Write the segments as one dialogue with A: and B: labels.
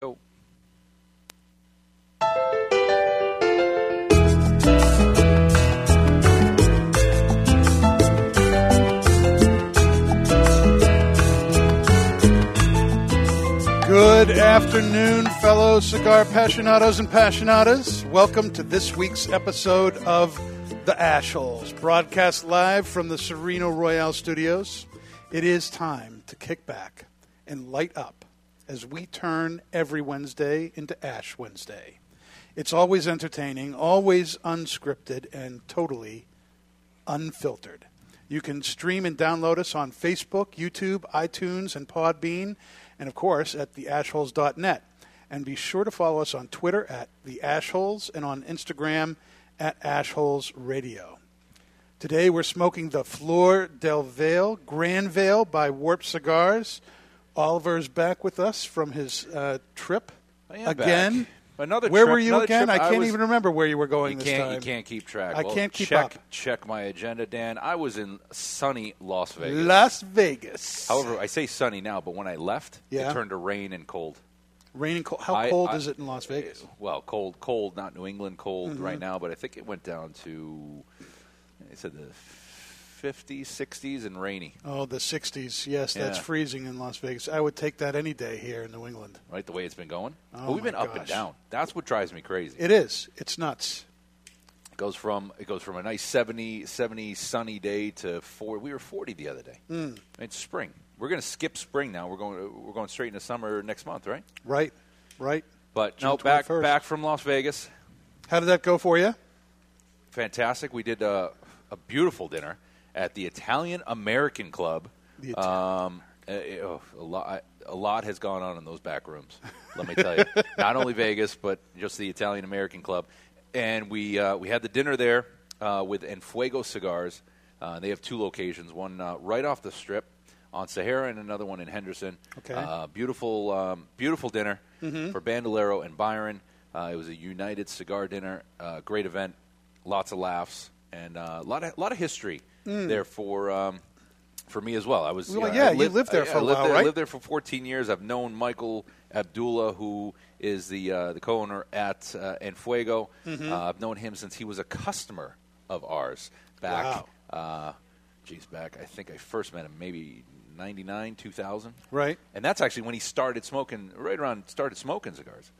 A: Go.
B: Good afternoon, fellow cigar passionados and passionatas. Welcome to this week's episode of The Ashholes, broadcast live from the Sereno Royale Studios. It is time to kick back and light up as we turn every Wednesday into Ash Wednesday. It's always entertaining, always unscripted, and totally unfiltered. You can stream and download us on Facebook, YouTube, iTunes, and Podbean, and of course at theashholes.net. And be sure to follow us on Twitter at theashholes and on Instagram at ashholesradio. Today we're smoking the Flor del Vale Grand Vale by Warp Cigars. Oliver's back with us from his uh, trip
A: I am
B: again.
A: back. Another
B: where
A: trip-
B: were you
A: another
B: again?
A: trip.
B: I
A: I
B: can't
A: was-
B: even remember where you were going
A: You
B: this
A: can't,
B: time.
A: you can't keep track.
B: I
A: Well,
B: can't keep
A: check,
B: up.
A: Check my agenda, Dan. I was in sunny Las Vegas.
B: Las Vegas.
A: However, I say sunny now, but when I left,
B: Yeah.
A: it turned to rain and cold.
B: Raining cold. How
A: I-
B: cold
A: I- eh,
B: is it in Las Vegas? Mm-hmm.
A: Well, cold, cold, not New England cold right now, but I think it went down to, I said the 50s, 60s, and rainy.
B: Oh, the 60s. Yes, that's
A: Yeah.
B: freezing in Las Vegas. I would take that any day here in New England.
A: Right, the way it's been going.
B: Oh,
A: but we've
B: my
A: been up and
B: gosh.
A: down. That's what drives me crazy.
B: It is. It's nuts.
A: It goes from it goes from a nice 70, 70 sunny day to four. We were forty the other day. Mm. It's spring. We're going to skip spring now. We're going we're going straight into summer next month, right?
B: Right, right.
A: But
B: June
A: no, back
B: 21st.
A: back from Las Vegas.
B: How did that go for you?
A: Fantastic. We did a, a beautiful dinner at the Italian American Club.
B: The
A: um, eh, oh, a lot a lot has gone on in those back rooms. Let me tell you, not only Vegas, but just the Italian American Club. And we uh, we had the dinner there uh, with Enfuego cigars. Uh, they have two locations: one uh, right off the strip on Sahara, and another one in Henderson.
B: Okay.
A: Uh, beautiful, um, beautiful dinner for Bandolero and Byron. Uh, it was a United Cigar dinner. Uh, great event, lots of laughs, and uh, a lot of lot of history there for um, for me as well. I was
B: Well,
A: I
B: yeah, you lived there
A: I-
B: for a
A: I lived
B: while,
A: there, I
B: right?
A: lived there for 14 years. I've known Michael Abdullah, who is the uh, the co-owner at uh, Enfuego.
B: Mm-hmm.
A: Uh, I've known him since he was a customer of ours back. Uh, geez, back I think I first met him maybe 99, 2000
B: Right.
A: and that's actually when he started smoking. Right around started smoking cigars,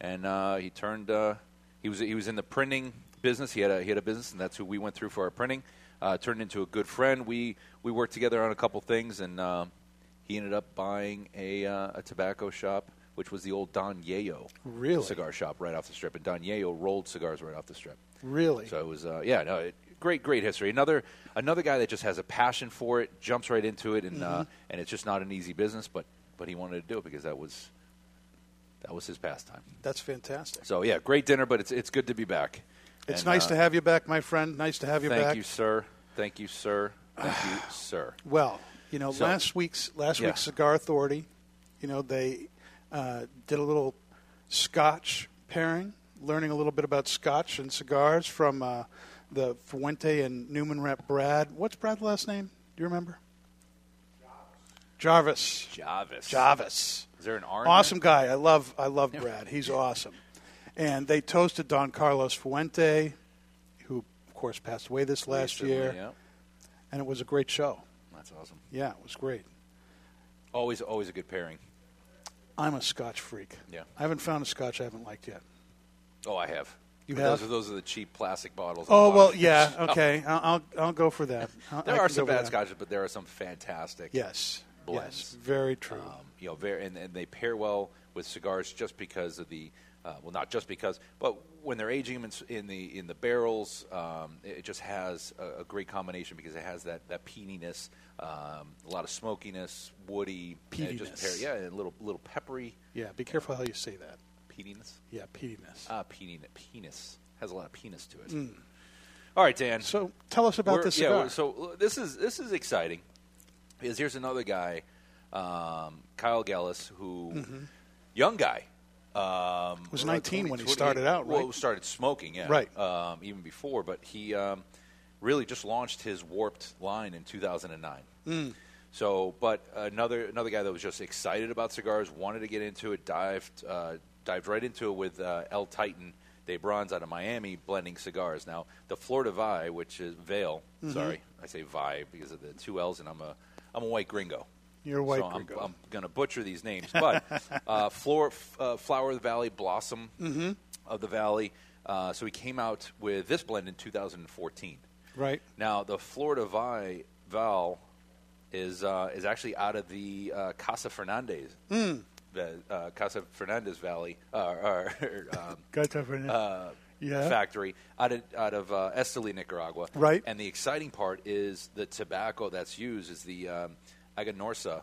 A: and uh, he turned. Uh, he was he was in the printing business. He had a he had a business, and that's who we went through for our printing. Uh, turned into a good friend. We we worked together on a couple things, and uh, he ended up buying a uh, a tobacco shop, which was the old Don Yayo
B: Really?
A: cigar shop right off the strip, and Don Yayo rolled cigars right off the strip.
B: Really?
A: So it was, uh, yeah, no, it, great, great history. Another another guy that just has a passion for it, jumps right into it, and uh,
B: Mm-hmm.
A: and it's just not an easy business, but but he wanted to do it because that was that was his pastime.
B: That's fantastic.
A: So yeah, great dinner, but it's it's good to be back.
B: It's
A: And,
B: nice
A: uh,
B: to have you back, my friend. Nice to have you
A: Thank
B: back.
A: you, sir. Thank you, sir. Thank you, sir.
B: Well, you know,
A: So-
B: last week's last
A: Yeah.
B: week's Cigar Authority, you know, they uh, did a little Scotch pairing, learning a little bit about Scotch and cigars from uh, the Fuente and Newman rep Brad. What's Brad's last name? Do you remember? Jarvis.
A: Javis.
B: Jarvis.
A: Is there an R in there?
B: Awesome guy. I love I love Brad. He's awesome. And they toasted Don Carlos Fuente, who of course passed away this last
A: Recently,
B: year,
A: Yeah,
B: and it was a great show.
A: that's awesome.
B: Yeah, it was great.
A: Always, always a good pairing.
B: I'm a Scotch freak.
A: Yeah.
B: I haven't found a Scotch I haven't liked yet.
A: Oh, I have.
B: You
A: But
B: have?
A: Those are those are the cheap plastic bottles. at the
B: Oh
A: bottom.
B: well, yeah, okay. I'll, I'll I'll go for that. I- I
A: There
B: can
A: are
B: go
A: some
B: for
A: bad
B: that.
A: scotches, but there are some fantastic.
B: Yes,
A: Blends.
B: yes, very true.
A: um, you know, very, and, and they pair well with cigars just because of the, uh, well, not just because, but when they're aging them in, s- in the in the barrels, um, it, it just has a, a great combination because it has that that peatiness, um, a lot of smokiness, woody, and it just pair,
B: Peatiness.
A: yeah, and a little little peppery
B: yeah, be careful how you say that.
A: peatiness.
B: Yeah, peatiness.
A: Ah, peatin, penis has a lot of penis to it. All right, Dan.
B: Mm. so tell us about
A: We're-
B: this
A: yeah,
B: cigar.
A: we're- so uh, this is this is exciting because here's another guy, um, Kyle Gellis, who young guy um,
B: Mm-hmm. Was
A: around
B: 19 when he
A: 20,
B: started out, right?
A: Well, started smoking, yeah,
B: Right.
A: Um, even before, but he um, really just launched his warped line in 2009. So, but another another guy that was just excited about cigars, wanted to get into it, dived uh, dived right into it with uh, El Titan De Bronze out of Miami, blending cigars. Now, the Florida Vi, which is Vale, sorry, I say Vi because of the two L's, and I'm a I'm a white gringo.
B: You're a white
A: so I'm-
B: gringo.
A: I'm, going to butcher these names, but uh, Flor, f- uh, Flower of the Valley, Blossom
B: Mm-hmm.
A: of the Valley. Uh, so he came out with this blend in 2014.
B: Right.
A: Now, the Florida Vi Val is uh, is actually out of the uh, Casa Fernandez,
B: Hmm.
A: the uh, Casa Fernandez Valley uh, or, um, uh,
B: Got that for now. yeah.
A: factory out of out of uh, Esteli, Nicaragua.
B: Right.
A: And the exciting part is the tobacco that's used is the um, Aganorsa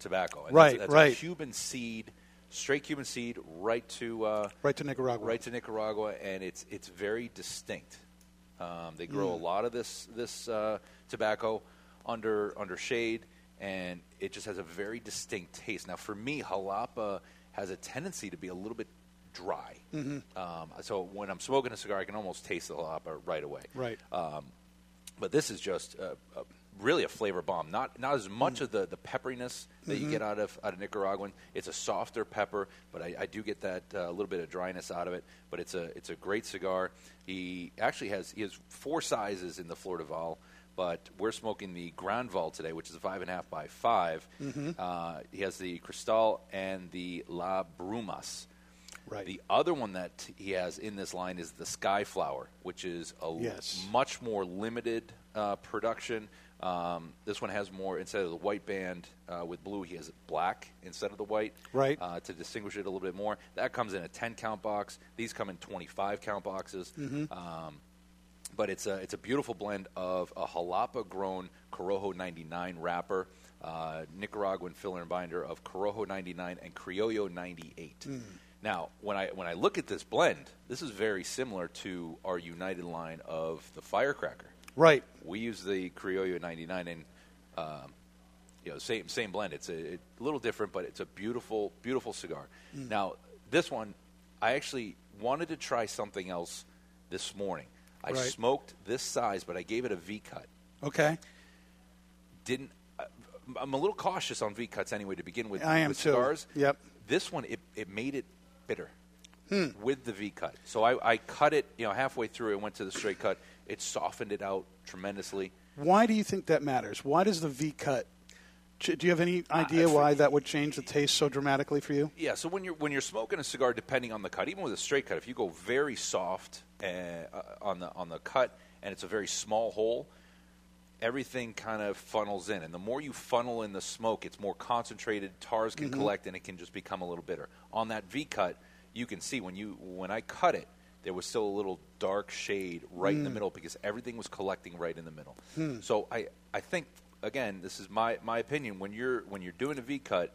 A: tobacco. And
B: Right,
A: That's, that's
B: right.
A: A Cuban seed, straight Cuban seed, right to uh,
B: Right to Nicaragua.
A: right to Nicaragua, and it's it's very distinct. Um, they grow
B: Mm.
A: a lot of this this uh, tobacco under under shade, and it just has a very distinct taste. Now, for me, jalapa has a tendency to be a little bit dry.
B: Mm-hmm.
A: Um, so when I'm smoking a cigar, I can almost taste the jalapa right away.
B: Right.
A: uh, But this is just a, a, really a flavor bomb. Not not as much of the, the pepperiness that you get out of out of Nicaraguan. It's a softer pepper, but I, I do get that uh, little bit of dryness out of it. But it's a it's a great cigar. He actually has he has four sizes in the Florida Val. But we're smoking the Grand Val today, which is a five and a half by 5 Uh, he has the Cristal and the La Brumas.
B: right.
A: The other one that he has in this line is the Skyflower, which is a l-
B: Yes.
A: much more limited uh, production. Um, this one has more instead of the white band uh, with blue, he has black instead of the white,
B: Right.
A: Uh, to distinguish it a little bit more. That comes in a ten count box. These come in twenty five count boxes.
B: Mm-hmm.
A: Um, but it's a it's a beautiful blend of a jalapa grown Corojo 99 wrapper, uh, Nicaraguan filler and binder of Corojo 99 and Criollo 98. Now, when I when I look at this blend, this is very similar to our United line of the Firecracker.
B: right.
A: We use the Criollo 99 and um, you know same same blend. It's a, a little different, but it's a beautiful beautiful cigar.
B: Mm.
A: Now this one, I actually wanted to try something else this morning. I
B: Right.
A: smoked this size, but I gave it a V cut.
B: Okay.
A: Didn't I- I'm a little cautious on V cuts anyway to begin with.
B: I am
A: with
B: too.
A: Cigars.
B: Yep. Hmm.
A: This one it it made it bitter. With the V cut, so I, I cut it, you know, halfway through. It went to the straight cut. It softened it out tremendously.
B: Why do you think that matters? Why does the V cut? ch- Do you have any idea
A: for-
B: why that would change the taste so dramatically for you?
A: Yeah, so when you're when you're smoking a cigar, depending on the cut, even with a straight cut, if you go very soft uh, uh, on the on the cut and it's a very small hole, everything kind of funnels in, and the more you funnel in the smoke, it's more concentrated. Tars can collect, and it can just become a little bitter. On that V cut, you can see when you when I cut it, there was still a little dark shade right in the middle because everything was collecting right in the middle. So I I think again, this is my my opinion. When you're when you're doing a V cut.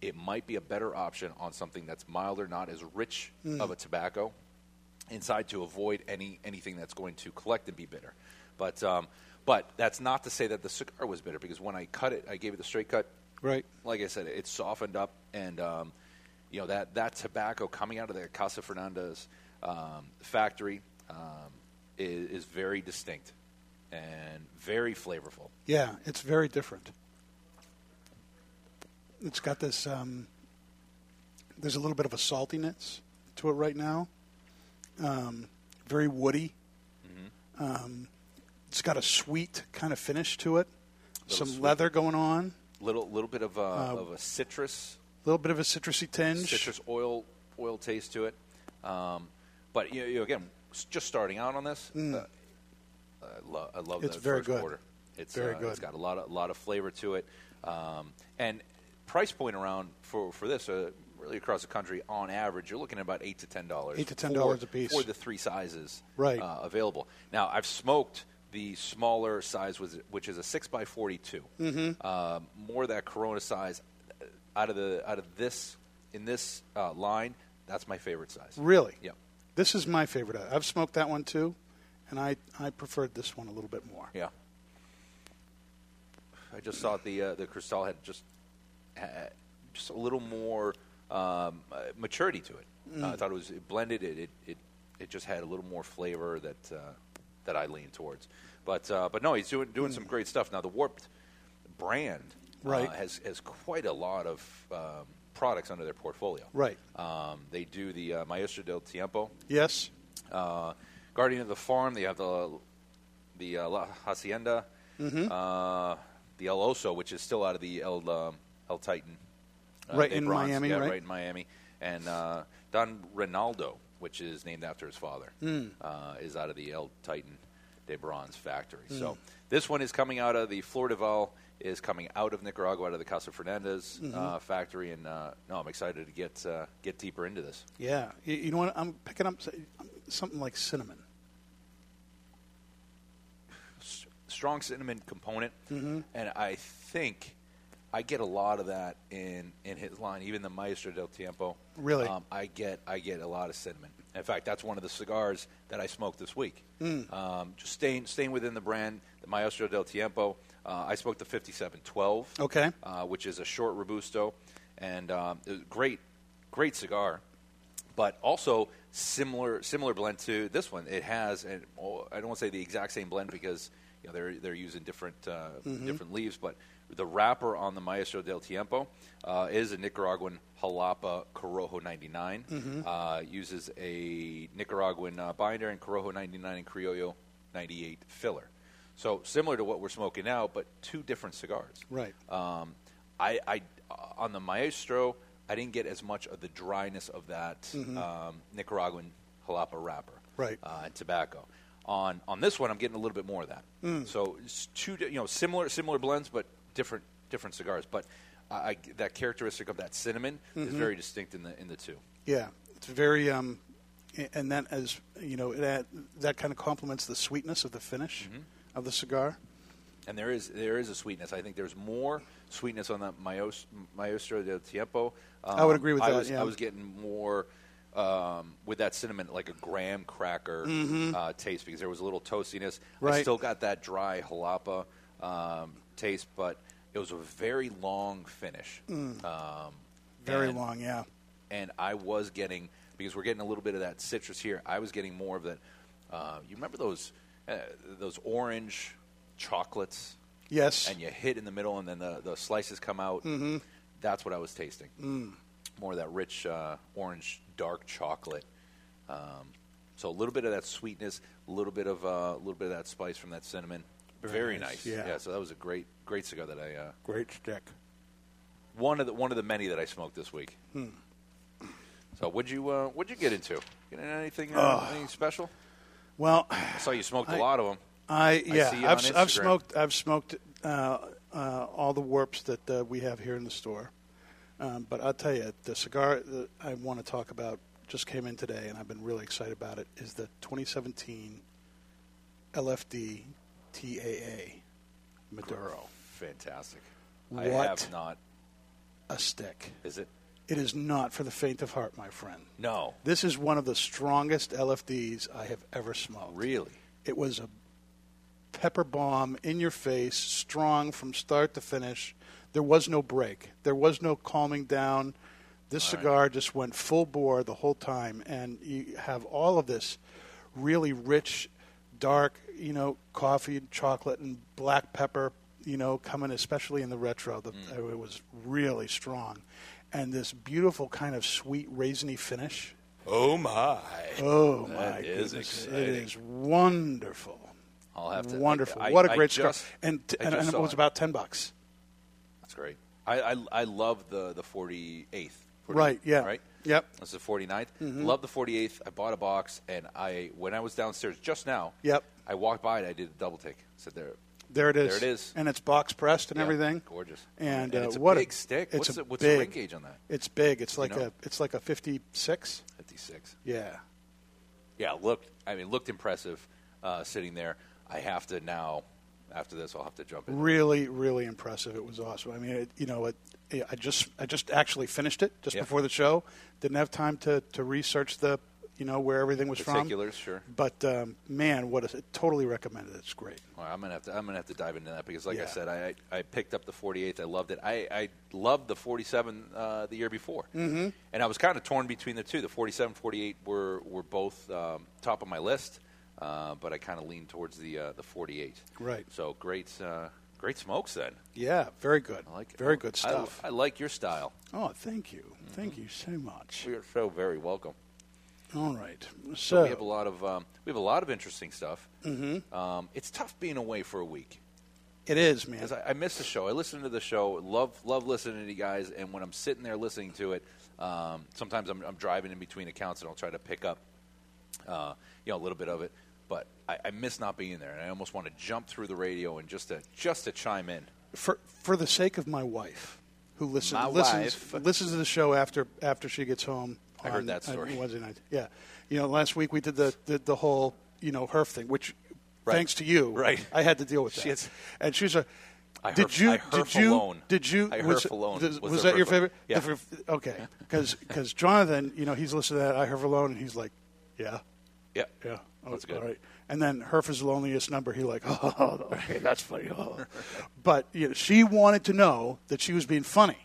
A: It might be a better option on something that's milder, not as rich of a tobacco, inside to avoid any anything that's going to collect and be bitter. But um, but that's not to say that the cigar was bitter because when I cut it, I gave it the straight cut.
B: Right.
A: Like I said, it softened up, and um, you know that that tobacco coming out of the Casa Fernandez um, factory um, is, is very distinct and very flavorful.
B: Yeah, it's very different. It's got this. Um, there's a little bit of a saltiness to it right now. Um, very woody. Um,
A: Mm-hmm.
B: it's got a sweet kind of finish to it.
A: Little
B: Some
A: sweet.
B: leather going on.
A: Little little bit of a, of a citrus
B: A little bit of a citrusy tinge.
A: citrus oil oil taste to it. Um, but you, you again, s- just starting out on this, uh, I, lo- I love
B: Mm. It's
A: the
B: very
A: first
B: good.
A: quarter. It's
B: Very
A: uh,
B: good.
A: It's got a lot of lot of flavor to it, um, and price point around for for this. Uh, Really across the country, on average, you're looking at about eight to ten dollars.
B: Eight to $10 a piece.
A: for the three sizes
B: Right.
A: uh, available. Now, I've smoked the smaller size, was- which is a six by 42 Uh, more that Corona size uh, out of the out of this in this uh, line. That's my favorite size.
B: Really?
A: Yep.
B: This is my favorite. I've smoked that one too, and I, I preferred this one a little bit more.
A: Yeah. I just thought the uh, the Cristal had just had just a little more um, uh, maturity to it.
B: Mm.
A: Uh, I thought it was it blended. It, it it it just had a little more flavor that uh, that I lean towards. But uh, but no, he's doing doing some great stuff now. The Warped brand
B: Right.
A: uh, has has quite a lot of um, products under their portfolio.
B: Right.
A: Um, they do the uh, Maestro del Tiempo,
B: Yes.
A: uh, Guardian of the Farm. They have the the uh, La Hacienda,
B: Mm-hmm.
A: uh, the El Oso, which is still out of the El um, El Titan.
B: Right
A: they
B: in
A: bronze-
B: Miami,
A: yeah,
B: right?
A: in Miami, and uh, Don Ronaldo, which is named after his father,
B: Hmm.
A: uh, is out of the El Titan de Bronze factory.
B: Hmm.
A: So this one is coming out of the Flor de Val, is coming out of Nicaragua, out of the Casa Fernandez
B: Mm-hmm.
A: uh, factory, and uh, no, I'm excited to get uh, get deeper into this.
B: Yeah. You, you know what? I'm picking up s- something like cinnamon.
A: s- strong cinnamon component,
B: Mm-hmm.
A: and I think I get a lot of that in in his line. Even the Maestro del Tiempo,
B: Really?
A: um, I get I get a lot of cinnamon. In fact, that's one of the cigars that I smoked this week.
B: Mm.
A: Um, just staying staying within the brand, the Maestro del Tiempo. Uh, I smoked the 5712,
B: Okay.
A: uh, which is a short robusto, and um, it was a great great cigar but also similar similar blend to this one. It has, and oh, I don't want to say the exact same blend because you know they're they're using different uh, different leaves, but the wrapper on the Maestro del Tiempo uh, is a Nicaraguan Jalapa Corojo 99. Uh, uses a Nicaraguan uh, binder and Corojo 99 and Criollo 98 filler. So similar to what we're smoking now, but two different cigars.
B: Right.
A: Um, I, I uh, on the Maestro, I didn't get as much of the dryness of that um, Nicaraguan jalapa wrapper,
B: Right.
A: Uh, and tobacco. On on this one, I'm getting a little bit more of that. So it's two, di- you know, similar similar blends, but different different cigars. But I, I, that characteristic of that cinnamon is very distinct in the in the two.
B: Yeah. It's very um, a- and that as you know that that kind of complements the sweetness of the finish
A: Mm-hmm.
B: of the cigar.
A: And there is there is a sweetness. I think there's more sweetness on that Maos- Maestro del Tiempo. Um,
B: I would agree with
A: I
B: that,
A: Was,
B: yeah.
A: I was getting more um, with that cinnamon, like a graham cracker uh, taste, because there was a little toastiness. I
B: Mm-hmm. Right.
A: still got that dry jalapa um, taste, but it was a very long finish. Um,
B: Mm. Very
A: and-
B: long. Yeah.
A: and I was getting because we're getting a little bit of that citrus here. I was getting more of that. Uh, you remember those uh, those orange chocolates?
B: Yes.
A: and you hit in the middle, and then the, the slices come out. Mm-hmm. That's what I was tasting. Mm. More of that rich uh, orange dark chocolate. Um, so a little bit of that sweetness, a little bit of uh, a little bit of that spice from that cinnamon. Very,
B: nice,
A: nice.
B: yeah.
A: So that was a great great cigar that I uh,
B: Great stick.
A: one of the one of the many that I smoked this week.
B: Hmm.
A: So what'd you uh, what'd you get into? Get into anything uh, anything special?
B: Well,
A: I saw you smoked a
B: I-
A: lot of them.
B: I yeah,
A: see you
B: I've,
A: on
B: I've
A: Instagram.
B: smoked I've smoked uh, uh, all the warps that uh, we have here in the store. Um, but I'll tell you, the cigar that I want to talk about just came in today, and I've been really excited about it. Is the 2017 LFD TAA Maduro
A: Fantastic. I
B: What?
A: have not.
B: a stick?
A: Is it?
B: It is not for the faint of heart, my friend.
A: No.
B: This is one of the strongest LFDs I have ever smoked.
A: Really?
B: It was a pepper bomb in your face, strong from start to finish. There was no break. There was no calming down. This cigar just went full bore the whole time, and you have all of this really rich, dark, you know, coffee and chocolate and black pepper, you know, coming especially in the retro. The,
A: Mm.
B: It was really strong, and this beautiful kind of sweet raisiny finish.
A: Oh my!
B: Oh my
A: That is
B: goodness! It
A: exciting.
B: is wonderful.
A: I'll have to.
B: wonderful.
A: I-
B: what a
A: I
B: great
A: just-
B: cigar! And
A: I
B: and,
A: just
B: and it
A: saw
B: was
A: it.
B: about ten bucks.
A: That's great. I I, I love the the forty eighth.
B: Right, yeah. Mm-hmm.
A: Right.
B: Yep.
A: That's the 49th. Love the 48th. I bought a box, and I when I was downstairs just now.
B: Yep.
A: I walked by it. I did a double take. Said there.
B: There it is.
A: There it is.
B: And it's box pressed and
A: Yeah,
B: everything.
A: gorgeous.
B: And,
A: And
B: uh,
A: it's a
B: what
A: big stick.
B: It's
A: What's
B: a
A: the- what's the
B: big,
A: ring gauge on that?
B: It's big. It's like
A: know?
B: a it's like a fifty six.
A: 56.
B: Yeah.
A: Yeah. Looked. I mean, looked impressive. Uh, sitting there. I have to now. After this, I'll have to jump in.
B: Really, really impressive. It was awesome. I mean, it, you know, it, I just I just actually finished it just
A: Yeah.
B: before the show. Didn't have time to, to research the you know where everything was
A: Particulars,
B: from.
A: sure.
B: But um, man, what a, totally recommend it. It's great.
A: All right, I'm gonna have to. I'm gonna have to dive into that because, like I
B: Yeah.
A: said, I I I picked up the 48th. I loved it. I I loved the 47 uh, the year before, mm-hmm. and I was kind of torn between the two. The 47, 48 were were both um, top of my list, uh, but I kind of leaned towards the uh, the 48.
B: Right.
A: So great, uh, Great smokes then.
B: Yeah, very good.
A: I like
B: very
A: I-
B: good
A: I-
B: stuff.
A: I, like your style.
B: oh, thank you, thank you so much.
A: We are so very welcome.
B: All right,
A: So we have a
B: so
A: lot of um, we have a lot of interesting stuff. Mm-hmm. Um, it's tough being away for a week.
B: it is, man.
A: Because I, I miss the show. I listen to the show. Love love listening to you guys. And when I'm sitting there listening to it, um, sometimes I'm, I'm driving in between accounts and I'll try to pick up, uh, you know, a little bit of it. But I, I miss not being there, and I almost want to jump through the radio and just to just to chime in.
B: for for the sake of my wife, who listen,
A: My
B: listens
A: wife.
B: listens to the show after after she gets home.
A: I heard that story.
B: on Wednesday night. Yeah, you know, last week we did the the, the whole you know herf thing, which
A: Right.
B: thanks to you,
A: Right.
B: I had to deal with that.
A: She is-
B: and she's a.
A: I
B: did
A: herf-
B: you?
A: I
B: did
A: herf
B: you?
A: alone.
B: Did you?
A: I
B: was,
A: herf alone
B: does-
A: was
B: was
A: the
B: that your
A: herf-
B: favorite?
A: yeah.
B: The herf- okay, because Jonathan, you know, he's listening to that I herf alone, and he's like, yeah.
A: Yeah,
B: Yeah, oh,
A: That's
B: that's
A: good.
B: All right. And then Herf is the loneliest number. He like, oh, okay, that's funny. Oh. but you know, she wanted to know that she was being funny,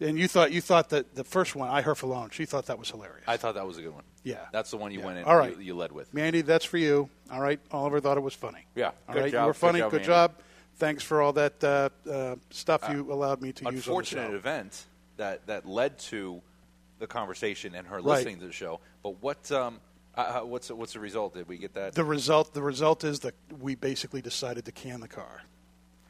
B: and you thought you thought that the first one, I Herf alone, she thought that was hilarious.
A: I thought that was a good one.
B: Yeah.
A: that's the one you
B: Yeah.
A: went in.
B: All right.
A: you, you led with.
B: Mandy, that's for you. All right, Oliver thought it was funny.
A: Yeah,
B: all
A: good
B: right,
A: job,
B: you were
A: good
B: funny.
A: job,
B: Good
A: Mandy.
B: job. Thanks for all that uh, uh, stuff you allowed me to use on the
A: unfortunate
B: show.
A: event that that led to the conversation and her
B: Right.
A: listening to the show. But what um, uh, uh, what's the- what's the result? Did we get that?
B: The result, the result is that we basically decided to can the car.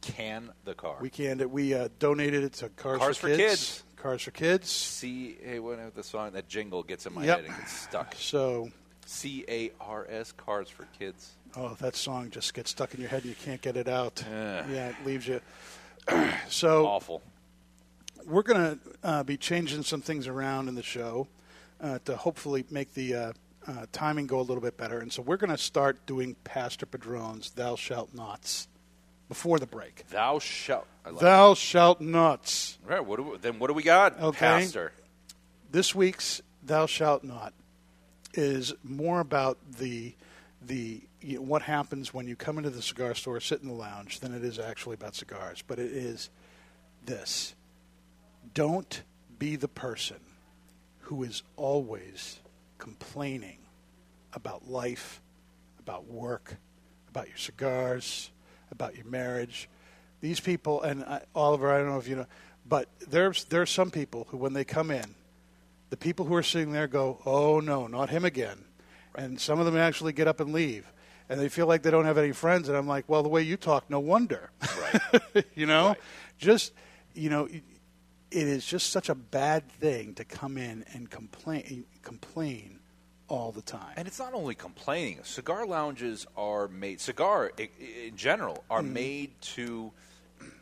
A: Can the car?
B: We canned it. We uh, donated it to Cars,
A: Cars for
B: for
A: Kids.
B: Cars for Kids.
A: C A what the song that jingle gets in my
B: Yep.
A: head and gets stuck.
B: So,
A: C A R S cars for kids.
B: oh, that song just gets stuck in your head and you can't get it out.
A: Yeah.
B: Yeah, it leaves you. so,
A: Awful.
B: we're going to uh, be changing some things around in the show uh, to hopefully make the uh, uh, timing go a little bit better. And so, we're going to start doing Pastor Padron's Thou Shalt Nots before the break.
A: Thou shalt. I like
B: Thou Shalt Nots.
A: it. All right. What do we, then? What do we got,
B: Okay.
A: Pastor?
B: this week's "Thou Shalt Not" is more about the the you know, what happens when you come into the cigar store, sit in the lounge, than it is actually about cigars. But it is this: don't be the person who is always complaining about life, about work, about your cigars, about your marriage. These people, and I, Oliver, I don't know if you know, but there's there are some people who, when they come in, the people who are sitting there go, "Oh no, not him again," and some of them actually get up and leave, and they feel like they don't have any friends. And I'm like, "Well, the way you talk, no wonder." Right. you know, just you know, it it is just such a bad thing to come in and complain complain all the time.
A: And it's not only complaining. Cigar lounges are made. Cigar i- i- in general are
B: Mm-hmm.
A: made to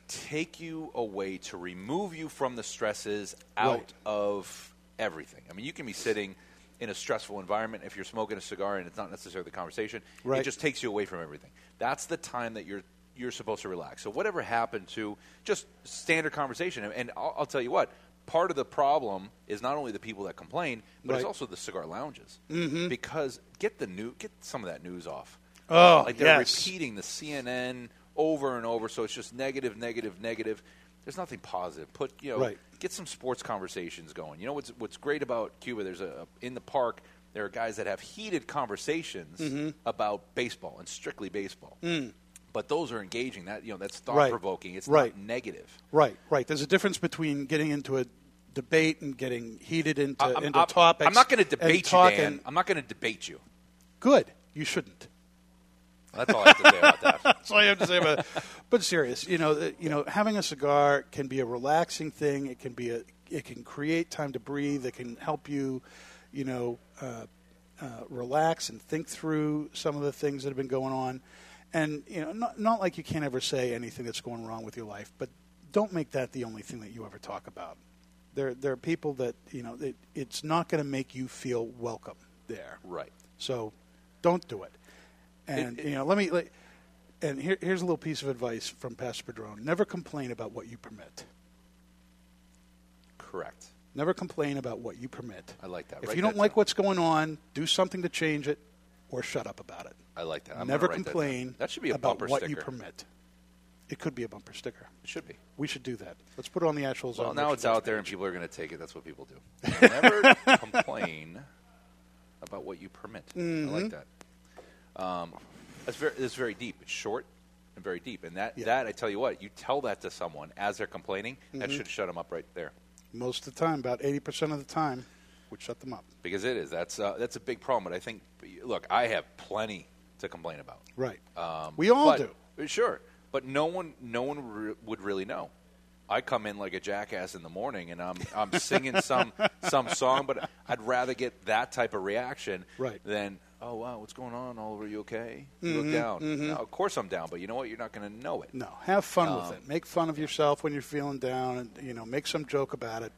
A: take you away, to remove you from the stresses out
B: Right.
A: of everything. I mean, you can be sitting in a stressful environment if you're smoking a cigar and it's not necessarily the conversation. It
B: Right.
A: just takes you away from everything. That's the time that you're you're supposed to relax. So whatever happened to just standard conversation, and- and I'll, I'll tell you what. Part of the problem is not only the people that complain, but it's
B: Right. Mm-hmm.
A: also the cigar lounges because get the new get some of that news off.
B: Oh,
A: like they're
B: yes.
A: repeating the CNN over and over, so it's just negative, negative, negative. There's nothing positive. Put you know,
B: Right.
A: get some sports conversations going. You know what's what's great about Cuba? There's a in the park. There are guys that have heated conversations
B: Mm-hmm.
A: about baseball and strictly baseball. But those are engaging. That you know, that's thought
B: Mm. Right.
A: provoking. It's
B: Right.
A: not negative.
B: Right, right. There's a difference between getting into a debate and getting heated into,
A: I'm,
B: into
A: I'm-
B: topics.
A: I'm not going to
B: and
A: debate you,
B: talking-
A: Dan. I'm not going to debate you.
B: Good. You shouldn't.
A: That's all I have to say about that.
B: That's all you have to say about it. But serious, you know, the- you know, having a cigar can be a relaxing thing. It can be a, it can create time to breathe. It can help you, you know, uh, uh, relax and think through some of the things that have been going on. And you know, not, not like you can't ever say anything that's going wrong with your life, but don't make that the only thing that you ever talk about. There, there are people that you know. It, it's not going to make you feel welcome there.
A: Right.
B: So don't do it. And
A: It- it-
B: you know, let me. Let, and here, here's a little piece of advice from Pastor Padron: Never complain about what you permit.
A: Correct.
B: Never complain about what you permit.
A: I like that.
B: If
A: Write
B: you
A: that
B: don't like
A: down.
B: what's going on, do something to change it, or shut up about it.
A: I like that. I'm
B: Never
A: gonna write that down.
B: complain.
A: That should be a
B: about
A: bumper
B: what you
A: sticker.
B: permit. It could be a bumper sticker.
A: It should be.
B: We should do that. Let's put it on the actual.
A: Well, now it's out there and people are going to take it. That's what people do. Never complain Mm-hmm. about what you permit. I like that. Um, that's very, that's very deep. It's short. and very deep. And that,
B: Yeah.
A: that I tell you what, you tell that to someone as they're complaining, that should shut them up right there.
B: Most of the time, about 80% of the time, would shut them up.
A: Because it is. That's, uh, that's a big problem. But I think, look, I have plenty to complain about.
B: Right. we all do.
A: Um, but, Sure, but no one, no one re- would really know. I come in like a jackass in the morning, and I'm I'm singing some some song, but I'd rather get that type of reaction
B: Right. Mm-hmm,
A: than oh wow, what's going on? Oliver, you okay? You look down. No, of course I'm down, but you know what? You're not going to know it.
B: No, have fun
A: Um,
B: with it. Make fun of yourself when you're feeling down, and you know, make some joke about it.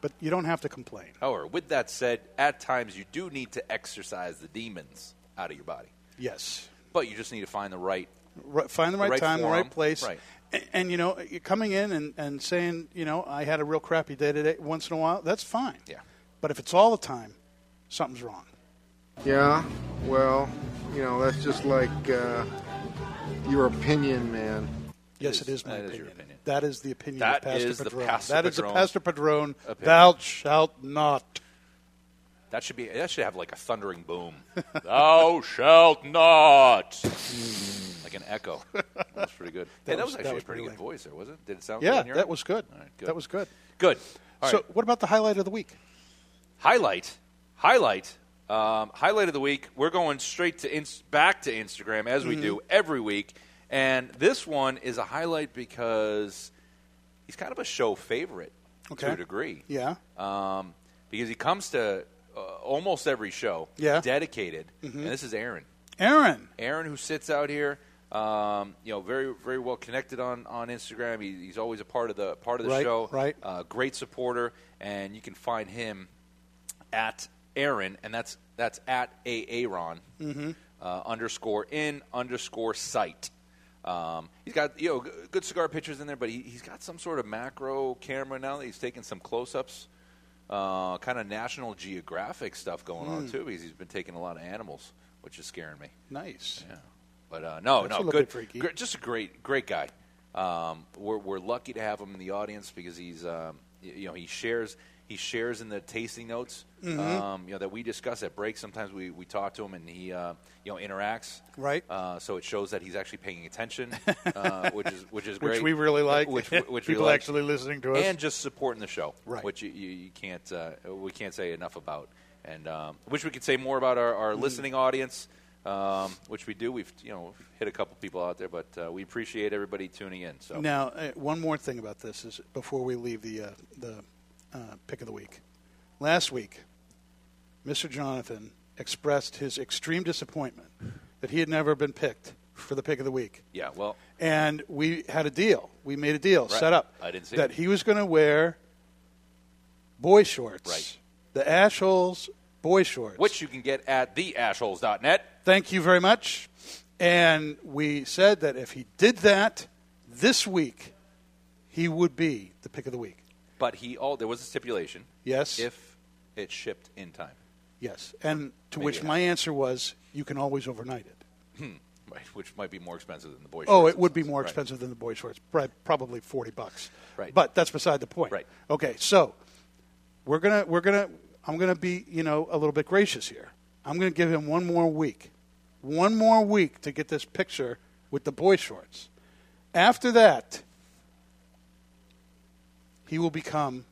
B: But you don't have to complain.
A: However, with that said, at times you do need to exercise the demons out of your body,
B: Yes,
A: but you just need to find the right.
B: Ri- find the right,
A: right
B: time, the
A: forum,
B: right place.
A: right.
B: A- And, you know, you're coming in and, and saying, you know, I had a real crappy day today. Once in a while, that's fine.
A: Yeah.
B: But if it's all the time, something's wrong.
C: Yeah, well, you know, that's just like uh, your opinion, man.
B: Yes,
A: is.
B: it is my
A: That is
B: opinion.
A: your opinion.
B: That is the opinion
A: That
B: of Pastor
A: is the
B: Padron.
A: Pastor
B: that is the
A: Padron
B: Pastor Padron.
A: opinion.
B: Thou shalt not.
A: That should be. That should have like a thundering boom. Thou shalt not. like an echo. That was pretty good. Hey,
B: That
A: that,
B: was-
A: was,
B: that
A: actually
B: was
A: a pretty
B: really-
A: good voice there, was it? Did it sound? good
B: Yeah,
A: on your
B: that
A: end?
B: was good.
A: All right, good.
B: That was good.
A: good. All right.
B: so, what about the highlight of the week?
A: highlight, highlight, um, highlight of the week. We're going straight to ins- back to Instagram as
B: Mm-hmm.
A: we do every week, and this one is a highlight because he's kind of a show favorite
B: Okay.
A: to a degree
B: Yeah.
A: um, because he comes to uh, almost every show
B: Yeah.
A: dedicated. And this is Aaron.
B: Aaron.
A: Aaron, who sits out here, um, you know, very very well connected on on Instagram. He, he's always a part of the part of the
B: Right,
A: show.
B: right.
A: Uh, great supporter, and you can find him at Aaron, and that's that's at aaron
B: Mm-hmm.
A: uh, underscore in underscore site. Um, he's got you know g- good cigar pictures in there, but he, he's got some sort of macro camera now that he's taking some close ups. Uh, kind of National Geographic stuff going on
B: Mm.
A: too, because he's been taking a lot of animals, which is scaring me.
B: Nice.
A: Yeah. But uh, no,
B: That's a little
A: no, good,
B: bit freaky.
A: gr- just a great, great guy. Um, we're, we're lucky to have him in the audience because he's, um, y- you know, he shares, he shares in the tasting notes,
B: Mm-hmm.
A: um, you know, that we discuss at break. Sometimes we, we talk to him and he, uh, you know, interacts.
B: Right.
A: Uh, so it shows that he's actually paying attention, uh, which is which is great.
B: Which we really like.
A: Which, which we
B: People
A: like
B: actually listening to us.
A: and just supporting the show,
B: Right.
A: Which you, you, you can't uh, we can't say enough about, and um, wish we could say more about our,
B: Mm.
A: our listening audience, um, which we do. We've you know hit a couple people out there, but uh, we appreciate everybody tuning in. So
B: Now, uh, one more thing about this is before we leave the uh, the uh, pick of the week. Last week, Mr. Jonathan expressed his extreme disappointment that he had never been picked for the pick of the week,
A: yeah, well,
B: and we had a deal. We made a deal
A: Right.
B: set up
A: I didn't see
B: that
A: it.
B: he was going to wear boy shorts,
A: Right.
B: The Ashholes boy shorts,
A: which you can get at theashholes.net.
B: thank you very much. And we said that if he did that this week, he would be the pick of the week.
A: But he all there was a stipulation.
B: Yes.
A: if it shipped in time,
B: Yes. And to which
A: Maybe.
B: my answer was, you can always overnight it.
A: right, which might be more expensive than the boy.
B: Oh,
A: shorts
B: it would be
A: themselves.
B: more
A: Right.
B: expensive than the boy shorts, pri- probably forty bucks.
A: Right.
B: But that's beside the point.
A: Right.
B: Okay, so we're gonna we're gonna I'm gonna be you know a little bit gracious here. I'm gonna give him one more week, one more week to get this picture with the boy shorts. After that, he will become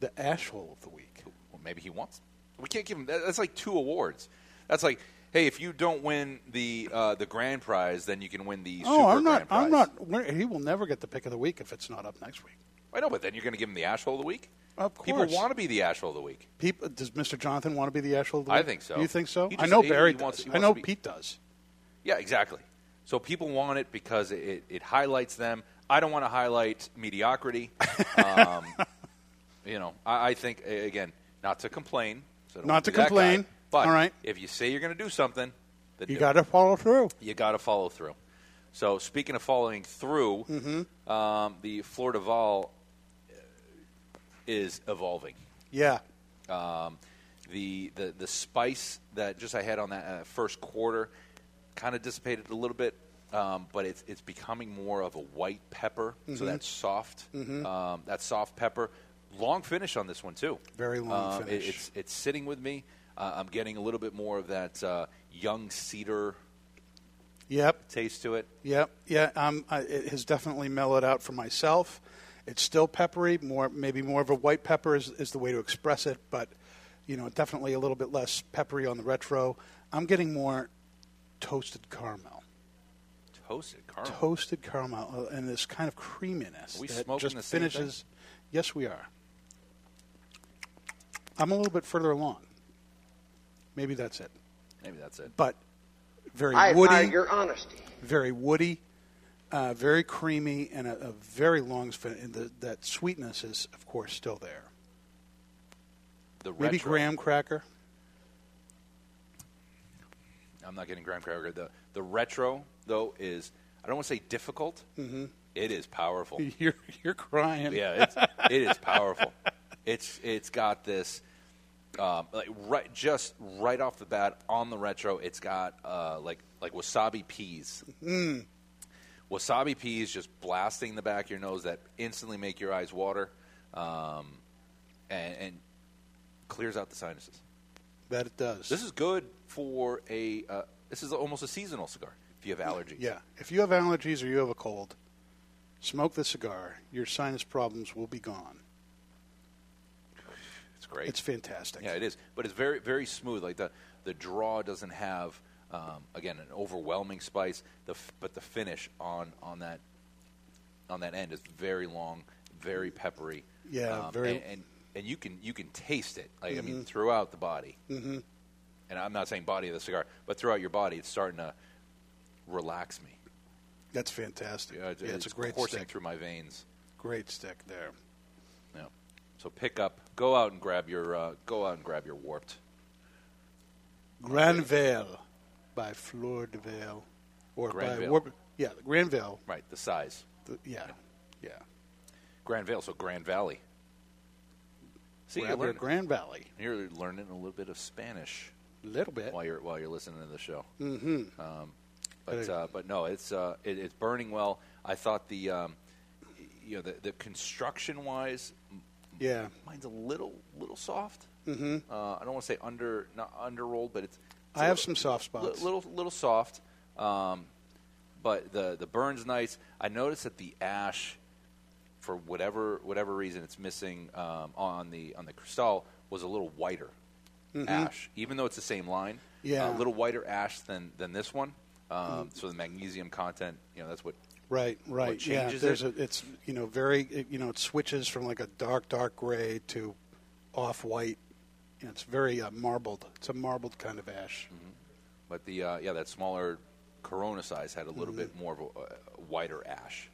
B: the asshole of the week.
A: Well, maybe he wants. We can't give him. That, that's like two awards. That's like, hey, if you don't win the uh, the grand prize, then you can win the.
B: oh,
A: super
B: I'm not.
A: Grand prize.
B: I'm not. we're- He will never get the pick of the week if it's not up next week.
A: I know, but then you're going to give him the asshole of the week.
B: Of
A: people
B: course.
A: want to be the asshole of the week.
B: People, does Mr. Jonathan want to be the asshole of the
A: I
B: week?
A: think so.
B: Do you think so?
A: He
B: I
A: just-
B: know
A: he-
B: Barry
A: he wants-
B: does.
A: he
B: I
A: wants
B: know
A: to be-
B: Pete does.
A: Yeah, exactly. So people want it because it, it, it highlights them. I don't want to highlight mediocrity. um, you know, I, I think a- again, not to complain. So I don't
B: Not
A: wanna
B: to
A: be that guy,
B: complain.
A: but
B: All right.
A: if you say you're going to do something, then
B: You
A: do it.
B: got to follow through.
A: you got to follow through. So speaking of following through,
B: Mm-hmm.
A: um, the Florida Vol uh, is evolving.
B: Yeah.
A: Um, the, the the spice that just I had on that uh, first quarter kind of dissipated a little bit, um, but it's it's becoming more of a white pepper.
B: Mm-hmm.
A: So that's soft. Um, that soft pepper. Long finish on this one too.
B: Very long
A: Um, it-
B: finish.
A: it's it's sitting with me. Uh, I'm getting a little bit more of that uh, young cedar
B: Yep.
A: taste to it.
B: Yep, yeah, um, I, it has definitely mellowed out for myself. It's still peppery, more maybe more of a white pepper is, is the way to express it, but you know, definitely a little bit less peppery on the retro. I'm getting more toasted caramel,
A: Toasted caramel.
B: toasted caramel, uh, and this kind of creaminess
A: Oh. Are we
B: that
A: smoking
B: just
A: the same thing?
B: finishes. Yes, we are. I'm a little bit further along. Maybe that's it,
A: Maybe that's it.
B: but very
D: I
B: woody
D: admire your honesty.
B: very woody, uh, very creamy, and a, a very long. fin- And the, that sweetness is, of course, still there.
A: The
B: Maybe
A: retro.
B: graham cracker.
A: I'm not getting graham cracker. The the retro though is I don't want to say difficult. Mm-hmm. is powerful.
B: You're you're crying.
A: Yeah, it's, it is powerful. It's it's got this um, like right just right off the bat on the retro. It's got uh, like like wasabi peas.
B: Mm.
A: Wasabi peas just blasting the back of your nose that instantly make your eyes water, um, and, and clears out the sinuses.
B: that it does.
A: This is good for a. Uh, this is almost a seasonal cigar if you have allergies.
B: yeah. If you have allergies or you have a cold, smoke this cigar. Your sinus problems will be gone.
A: it's great.
B: It's fantastic.
A: Yeah, it is, but it's very very smooth. Like the the draw doesn't have um, again an overwhelming spice. The f- but the finish on on that on that end is very long, very peppery. Um,
B: Yeah, very-
A: And, and and you can you can taste it. Like I mean, throughout the body. Mm-hmm. And I'm not saying body of the cigar, but throughout your body, it's starting to relax me.
B: That's fantastic.
A: Uh,
B: Yeah, it's, a great
A: coursing
B: stick.
A: through my veins.
B: Great stick there.
A: Yeah. So pick up, go out and grab your uh, go out and grab your warped.
B: Granville by Fleur de Vale, or by
A: Granville.
B: Warp, yeah, Granville.
A: Right, the size.
B: The- yeah, yeah.
A: Grand Vale, so Grand Valley. See, you're
B: Grab your
A: learning,
B: Grand Valley.
A: you're learning a little bit of Spanish
B: little bit.
A: while you're while you're listening to the show. Um,
B: Mm-hmm.
A: But
B: Hey.
A: uh, but no, it's uh, it, it's burning well. I thought the um, you know the, the construction wise,
B: Yeah,
A: mine's a little little soft. Mm-hmm. Uh, I don't want to say under not under rolled, but it's. it's
B: I
A: a
B: have
A: little-
B: some soft spots.
A: Li- little little soft, um, but the the burn's nice. I noticed that the ash, for whatever whatever reason, it's missing um, on the on the cristal was a little whiter ash, even though it's the same line.
B: Yeah.
A: a little whiter ash than than this one. Um, So the magnesium content, you know, that's what
B: right, right. Yeah,
A: changes
B: there's
A: it?
B: a. It's you know very it, you know it switches from like a dark dark gray to off white. You know, it's very uh, marbled. It's a marbled kind of ash.
A: Mm. But the uh, yeah, that smaller Corona size had a
B: Mm-hmm.
A: little bit more of a, uh whiter ash,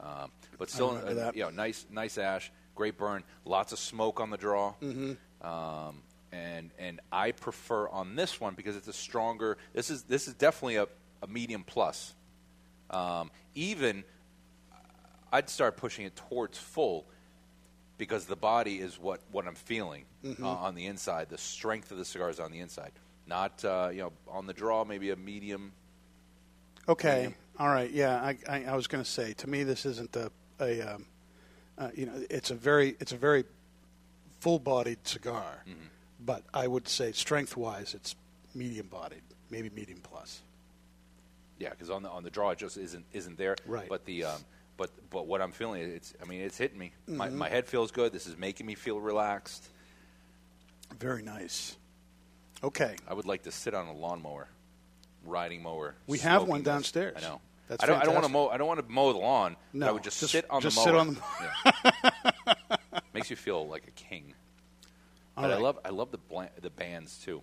A: um, but still,
B: remember
A: uh,
B: that.
A: you know, nice nice ash, great burn, lots of smoke on the draw.
B: Mm-hmm.
A: Um, and and I prefer on this one because it's a stronger. This is this is definitely a, a medium plus. Um, even I'd start pushing it towards full because the body is what, what I'm feeling uh, on the inside. The strength of the cigar is on the inside, not uh, you know on the draw. Maybe a medium.
B: Okay, all right. Yeah, I I, I was going to say to me this isn't a a um, uh, you know it's a very it's a very full bodied cigar,
A: Mm-hmm.
B: but I would say strength wise it's medium bodied, maybe medium plus.
A: Yeah, because on the on the draw it just isn't isn't there.
B: Right.
A: But the um, but but what I'm feeling it's I mean it's hitting me. My my head feels good. This is making me feel relaxed.
B: Very nice. Okay.
A: I would like to sit on a lawnmower, riding mower.
B: We have
A: smoking
B: one
A: this.
B: downstairs.
A: I know.
B: That's
A: I don't. I don't want to
B: fantastic.
A: mow. I don't want to mow the lawn. but I
B: No,
A: would just,
B: just-
A: sit on
B: just
A: the mower.
B: sit on the-
A: Yeah. Makes you feel like a king.
B: All
A: but I
B: right.
A: love. I love the blan the bands too.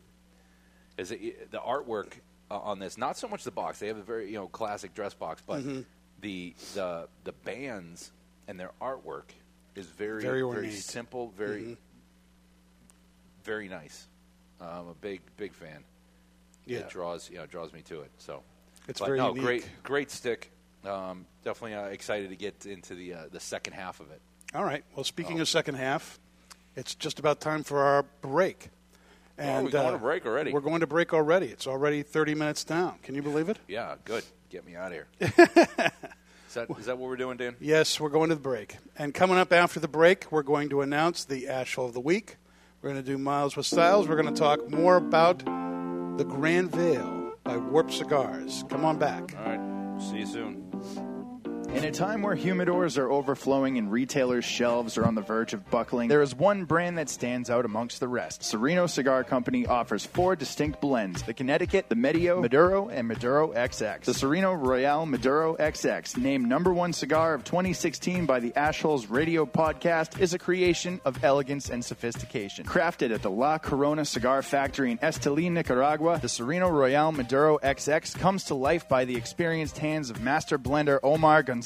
A: Is it, the artwork uh, on this? Not so much the box. They have a very you know classic dress box, but
B: Mm-hmm.
A: the the the bands and their artwork is very
B: Very
A: very
B: ornate. Mm-hmm.
A: simple, very very nice. Uh, I'm a big big fan
B: Yeah.
A: it draws you know draws me to it. So
B: It's
A: but
B: very
A: no,
B: unique.
A: great great stick. Um, definitely uh, excited to get into the uh, the second half of it.
B: All right. Well, speaking
A: Oh.
B: of second half, it's just about time for our break. And
A: Oh,
B: uh,
A: we're going to break already.
B: We're going to break already. It's already 30 minutes down. Can you believe it?
A: Yeah, good. Get me out of here. is that is that what we're doing, Dan?
B: Yes, we're going to the break. And coming up after the break, we're going to announce the Ash Hole of the Week. We're going to do Miles with Styles. We're going to talk more about the Grand Vale by Warp Cigars. Come on back.
A: All right. See you soon.
D: In a time where humidors are overflowing and retailers' shelves are on the verge of buckling, there is one brand that stands out amongst the rest. Sereno Cigar Company offers four distinct blends the Connecticut, the Medio, Maduro, and Maduro XX. The Sereno Royale Maduro XX, named number one cigar of 2016 by the Ashholes Radio Podcast, is a creation of elegance and sophistication. Crafted at the La Corona Cigar Factory in Esteli, Nicaragua, the Sereno Royale Maduro XX comes to life by the experienced hands of master blender Omar Gonzalez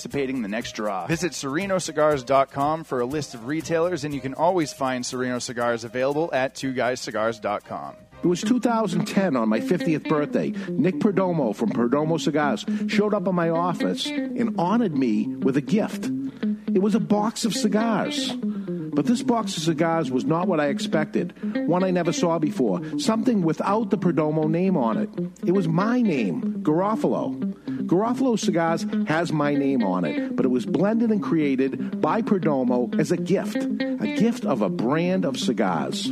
D: the next draw. Visit serenocigars.com for a list of retailers, and you can always find Sereno Cigars available at twoguyscigars.com.
E: It was 2010 on my 50th birthday. Nick Perdomo from Perdomo Cigars showed up in my office and honored me with a gift. It was a box of cigars. But this box of cigars was not what I expected, one I never saw before, something without the Perdomo name on it. It was my name, Garofalo. Garofalo Cigars has my name on it, but it was blended and created by Perdomo as a gift, a gift of a brand of cigars.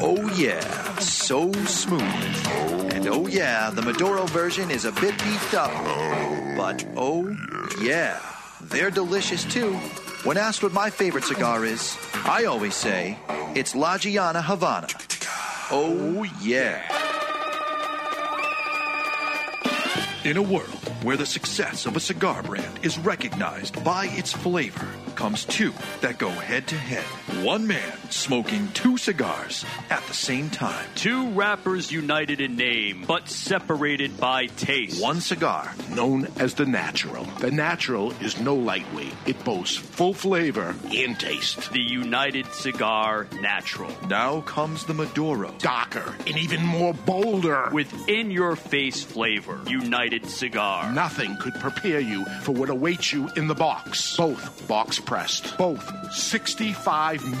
F: oh yeah, so smooth. And oh yeah, the Maduro version is a bit beefed up. But oh yeah, they're delicious too. When asked what my favorite cigar is, I always say it's La Giana Havana. Oh yeah. In a world where the success of a cigar brand is recognized by its flavor, comes two that go head to head. One man smoking two cigars at the same time.
G: Two rappers united in name, but separated by taste.
F: One cigar,
E: Known as the natural. The natural is no lightweight, it boasts full flavor and taste.
G: The United Cigar Natural.
F: now comes the Maduro.
E: Darker and even more bolder. With
G: With in your face flavor. United Cigar.
E: nothing could prepare you for what awaits you in the box. Both box pressed. Both 65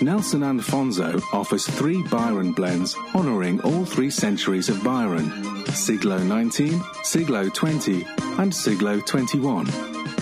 H: Nelson Anfonso offers three Byron blends honouring all three centuries of Byron Siglo 19, Siglo 20, and Siglo 21.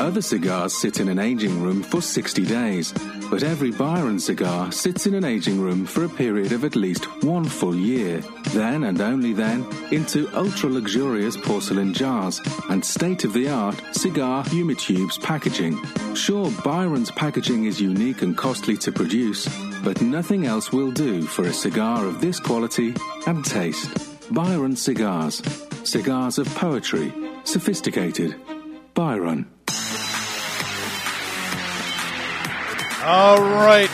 H: Other cigars sit in an aging room for 60 days, but every Byron cigar sits in an aging room for a period of at least one full year, then and only then into ultra luxurious porcelain jars and state of the art cigar humitubes packaging. Sure, Byron's packaging is unique and costly to produce, but nothing else will do for a cigar of this quality and taste. Byron cigars, cigars of poetry, sophisticated. Byron.
B: All right.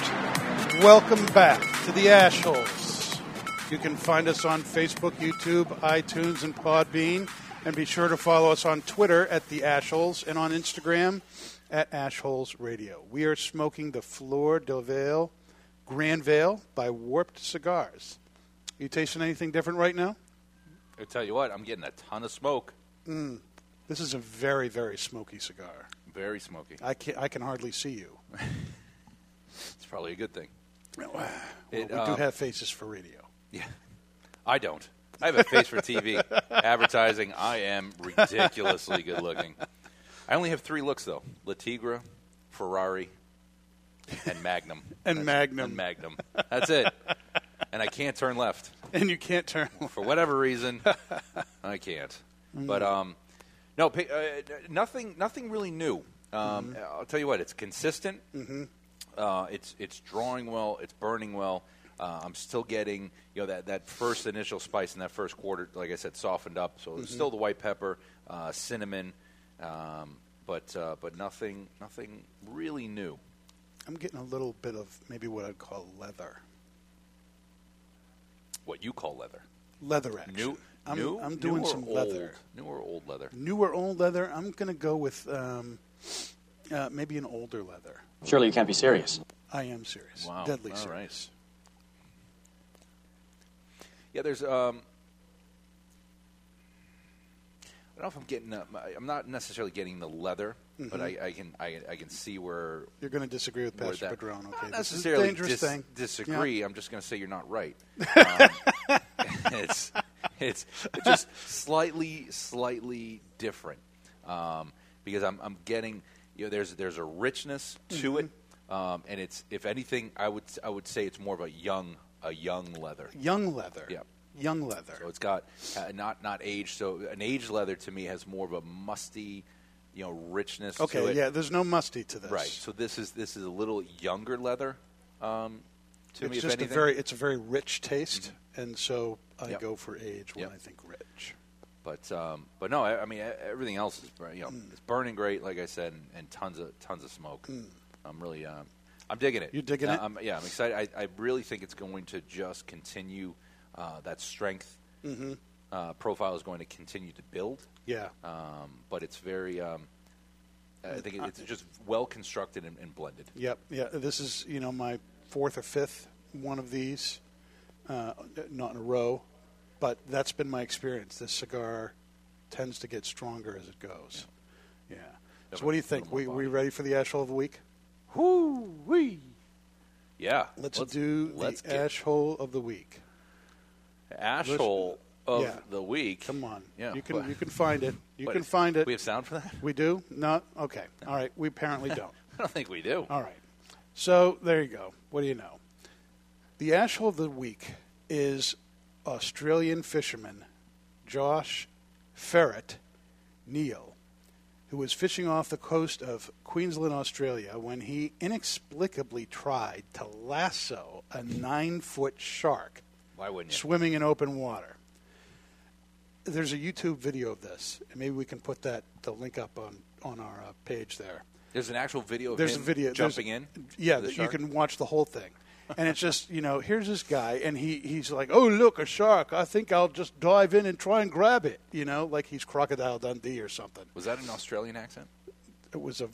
B: Welcome back to the Ashholes. You can find us on Facebook, YouTube, iTunes, and Podbean. And be sure to follow us on Twitter at the Ashholes and on Instagram at Ashholes Radio. We are smoking the Fleur de Vale Grand Vale by Warped Cigars. You tasting anything different right now?
A: I tell you what, I'm getting a ton of smoke.
B: Mm. This is a very, very smoky cigar.
A: Very smoky.
B: I can, I can hardly see you.
A: It's probably a good thing.
B: Well,
A: It,
B: we
A: uh,
B: do have faces for radio.
A: Yeah. I don't. I have a face for TV, advertising. I am ridiculously good looking. I only have three looks though: Latigra, Ferrari, and Magnum.
B: And Magnum.
A: And Magnum. That's it. and I can't turn left
B: And you can't turn.
A: for whatever reason. I can't.
B: Mm.
A: But um, no, pa- uh, nothing. Nothing really new. Um, I'll tell you what. It's consistent.
B: Mm-hmm.
A: Uh, it's it's drawing well. It's burning well. Uh, I'm still getting you know that, that first initial spice in that first quarter. Like I said, softened up. So
B: Mhm.
A: it's still the white pepper, uh, cinnamon, um, but uh, but nothing nothing really new.
B: I'm getting a little bit of maybe what I'd call leather.
A: What you call leather?
B: Leather action.
A: New,
B: I'm,
A: new,
B: I'm doing
A: new or
B: some
A: old?
B: leather.
A: New or old leather?
B: New or old leather? I'm going to go with um, uh, maybe an older leather.
I: Surely you can't be serious.
B: I am serious.
A: Wow.
B: Deadly
A: All
B: serious.
A: Yeah, there's. Um, I don't know if I'm getting. Uh, my- I'm not necessarily getting the leather, but
B: Mhm.
A: I, I can I, I can see where
B: You're going to disagree with
A: where
B: Pastor
A: that-
B: Padron, okay?
A: Not
B: This is a
A: necessarily
B: dangerous
A: dis-
B: thing.
A: disagree. I'm just going to say you're not right. Um, it's it's just slightly slightly different um, because I'm I'm getting you know there's there's a richness to
B: Mm-hmm.
A: it, um, and it's if anything I would I would say it's more of a young a young leather.
B: Young leather.
A: Yeah.
B: Young leather.
A: So it's got uh, not not aged. So an aged leather to me has more of a musty, you know, richness. to
B: Okay,
A: it.
B: yeah, there's no musty to this.
A: Right. So this is this is a little younger leather. Um, to
B: it's
A: me,
B: just
A: if anything. Mm-hmm.
B: a very it's a very rich taste, and so I
A: Yep.
B: go for age when
A: Yep.
B: I think rich.
A: But um, but no, I, I mean e- everything else is bur- you know
B: Mm.
A: it's burning great, like I said, and, and tons of tons of smoke. I'm really um, I'm digging it.
B: You digging
A: Uh,
B: it?
A: I'm, yeah, I'm excited. I, I really think it's going to just continue uh, that strength.
B: Mm-hmm.
A: Uh, profile is going to continue to build.
B: Yeah.
A: Um, but it's very, um, I think
B: uh,
A: it- it's just well constructed and, and blended.
B: Yep. Yeah. This is you know my fourth or fifth one of these, uh, not in a row, but that's been my experience. This cigar tends to get stronger as it goes. Yeah. So what do you think? We we ready for the ash hole of the week? Whoo wee!
A: Yeah.
B: Let's, do
A: let's
B: the ash hole of the week.
A: Ash hole of
B: Yeah.
A: the week.
B: Come on.
A: Yeah.
B: You can
A: What-
B: you can find it. You
A: what
B: can
A: is-
B: find it.
A: We have sound for that?
B: We do? No. Okay. All right. We apparently don't.
A: I don't think we do.
B: All right. So there you go. What do you know? The ash hole of the week is Australian fisherman Josh Ferret Neal, who was fishing off the coast of Queensland, Australia, when he inexplicably tried to lasso a nine foot shark
A: Why wouldn't you?
B: swimming in open water. There's a YouTube video of this, and maybe we can put that the link up on on our uh, page there.
A: There's an actual video of
B: There's
A: him
B: a video there's-
A: jumping in.
B: Yeah,
A: the
B: that you
A: shark?
B: can watch the whole thing, and it's just you know here's this guy, and he he's like, oh look a shark, I think I'll just dive in and try and grab it, you know, like he's crocodile Dundee or something.
A: Was that an Australian accent?
B: It was a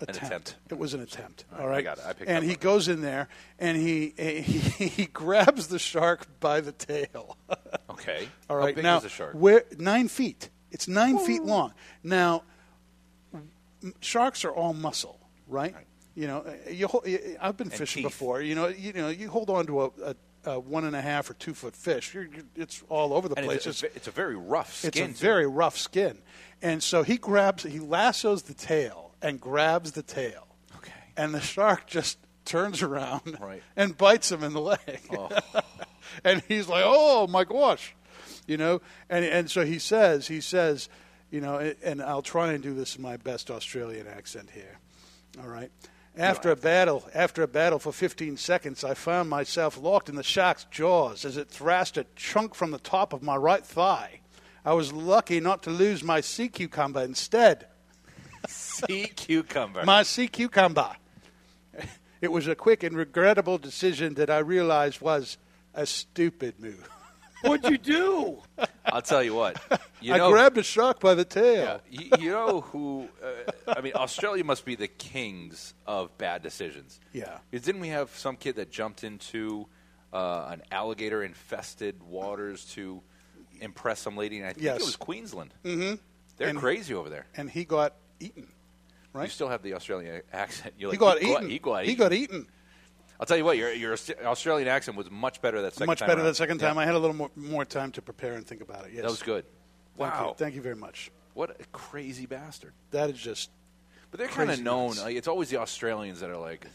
B: attempt.
A: attempt.
B: It was an attempt.
A: All right,
B: All
A: I
B: right,
A: got it. I picked
B: and
A: up
B: he
A: on it.
B: goes in there and he he, he grabs the shark by the tail.
A: Okay.
B: All right,
A: How big
B: now
A: was the shark?
B: Where nine feet? It's nine feet long. Now, m- sharks are all muscle, right? You know, uh, you, hol- y- y- I've been
J: And
B: fishing
J: teeth.
B: before. You know, you know, you hold on to a, a, a one and a half or two foot fish. You're, you're, it's all over the
A: and
B: place.
A: it's, a, it's a very rough skin.
B: It's a very rough skin, and so he grabs, he lassos the tail and grabs the tail. Okay. And the shark just turns around
A: Right. Oh.
B: and bites him in the leg. and he's like, "Oh my gosh," you know. And and so he says, he says, you know, and, and I'll try and do this in my best Australian accent here. All right. After a battle, after a battle for 15 seconds, I found myself locked in the shark's jaws as it thrashed a chunk from the top of my right thigh. I was lucky not to lose my sea cucumber instead.
A: Sea cucumber.
B: My sea cucumber. It was a quick and regrettable decision that I realized was a stupid move.
I: What'd you do?
A: I'll tell you what. You
B: I
A: know,
B: grabbed a shark by the tail.
A: Yeah, you, you know who? Uh, I mean, Australia must be the kings of bad decisions.
B: Yeah.
A: Because didn't we have some kid that jumped into uh, an alligator infested waters to impress some lady? And I think
B: Yes.
A: it was Queensland. Mm-hmm. They're
B: And-
A: crazy over there.
B: And he got eaten. Right?
A: You still have the Australian accent. You're
B: he,
A: like,
B: got
A: he
B: eaten.
A: He got
B: He
A: eaten.
B: got eaten.
A: I'll tell you what, your, your Aus- Australian accent was much better that second
B: Much
A: time.
B: better
A: around.
B: the second time.
A: Yeah,
B: I had a little more, more time to prepare and think about it. Yes.
A: that was good.
B: Thank
A: wow.
B: You. Thank you very much.
A: What a crazy bastard.
B: That is just.
A: But they're kind of
B: Crazy
A: known.
B: nuts.
A: Like, it's always the Australians that are like,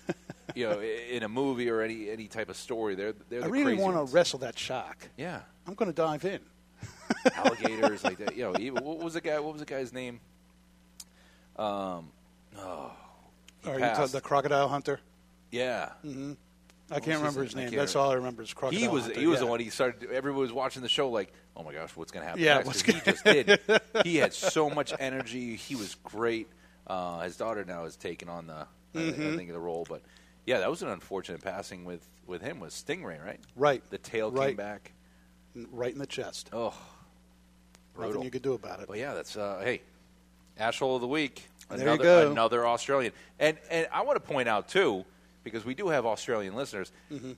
A: you know, i- in a movie or any any type of story. They're they're
B: I
A: the
B: really
A: want to
B: wrestle that shark.
A: Yeah,
B: I'm going to dive in.
A: alligators like that. You know, even, what was the guy? What was the guy's name?
B: Are you talking
A: passed.
B: the crocodile hunter?
A: Yeah,
B: I can't remember his
A: name?
B: name.
A: I can't
B: That's
A: remember.
B: all I remember is Mm-hmm. crocodile.
A: he was
B: hunter.
A: he was
B: yeah.
A: the one. He started. Everyone was watching the show like, oh my gosh, what's going to happen?
B: Yeah,
A: next?
B: what's
A: 'Cause he just did. He had so much energy. He was great. Uh, his daughter now has taken on the I thi-
B: Mm-hmm.
A: I think the role, but yeah, that was an unfortunate passing with with him was Stingray, right?
B: Right.
A: The tail
B: Right.
A: came back.
B: right in the chest.
A: Oh, brutal.
B: Nothing you could do about it.
A: But yeah, that's uh, hey, asshole of the week.
B: There you
A: Another,
B: go.
A: another Australian, and and I want to point out too, because we do have Australian listeners.
B: Mm-hmm.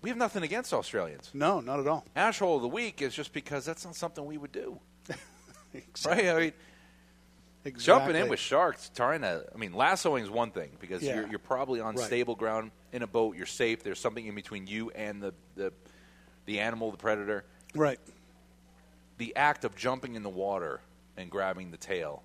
A: We have nothing against Australians.
B: No, not at all.
A: Asshole of the week is just because that's not something we would do, right? I mean,
B: Exactly.
A: jumping in with sharks, trying to, I mean, lassoing is one thing because
B: Yeah.
A: you're, you're probably on
B: Right.
A: stable ground in a boat. You're safe. There's something in between you and the the, the animal, the predator.
B: right
A: The act of jumping in the water and grabbing the tail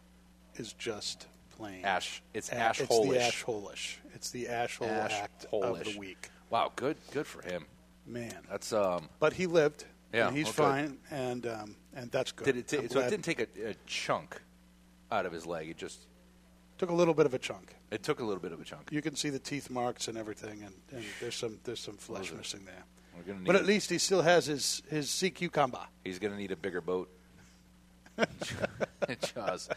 B: is just plain
A: Ash- it's
B: A-
A: ashhole-ish.
B: It's the ashhole-ish. It's the ashhole act of
A: Polish.
B: the week,
A: Wow, good, good for him.
B: man.
A: That's um.
B: But he lived.
A: Yeah,
B: and he's
A: well, good.
B: fine, and um, and that's good.
A: Did it ta-
B: I'm
A: so it
B: glad-
A: didn't take a, a chunk out of his leg. It just
B: took a little bit of a chunk.
A: it took a little bit of a chunk.
B: You can see the teeth marks and everything, and, and there's some there's some flesh missing there.
A: We're gonna need
B: But at
A: it.
B: least he still has his his sea cucumber.
A: He's gonna need a bigger boat. Jaws,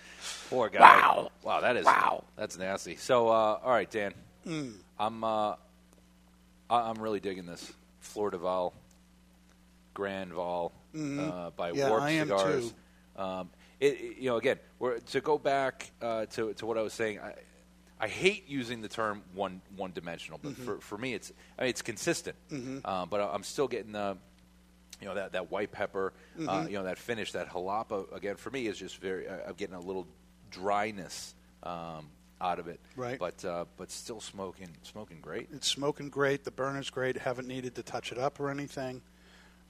A: poor guy. Wow, wow, that is wow, that's nasty. So, uh, all right, Dan,
B: Mm.
A: I'm uh, I- I'm really digging this Flor de Val, Grand Val uh, by
B: Mm-hmm. Yeah,
A: Warp
B: I am
A: Cigars.
B: too.
A: Um, it, it- you know, again, we're, to go back uh, to to what I was saying, I, I hate using the term one one dimensional,
B: Mm-hmm.
A: but for, for me, it's I mean, it's consistent. Uh, but I- I'm still getting the you know that that white pepper, uh, you know that finish, that jalapa. Again, for me, is just very. I- I'm getting a little dryness um, out of it,
B: Right.
A: But uh, but still smoking smoking great.
B: It's smoking great. The burner's great. Haven't needed to touch it up or anything.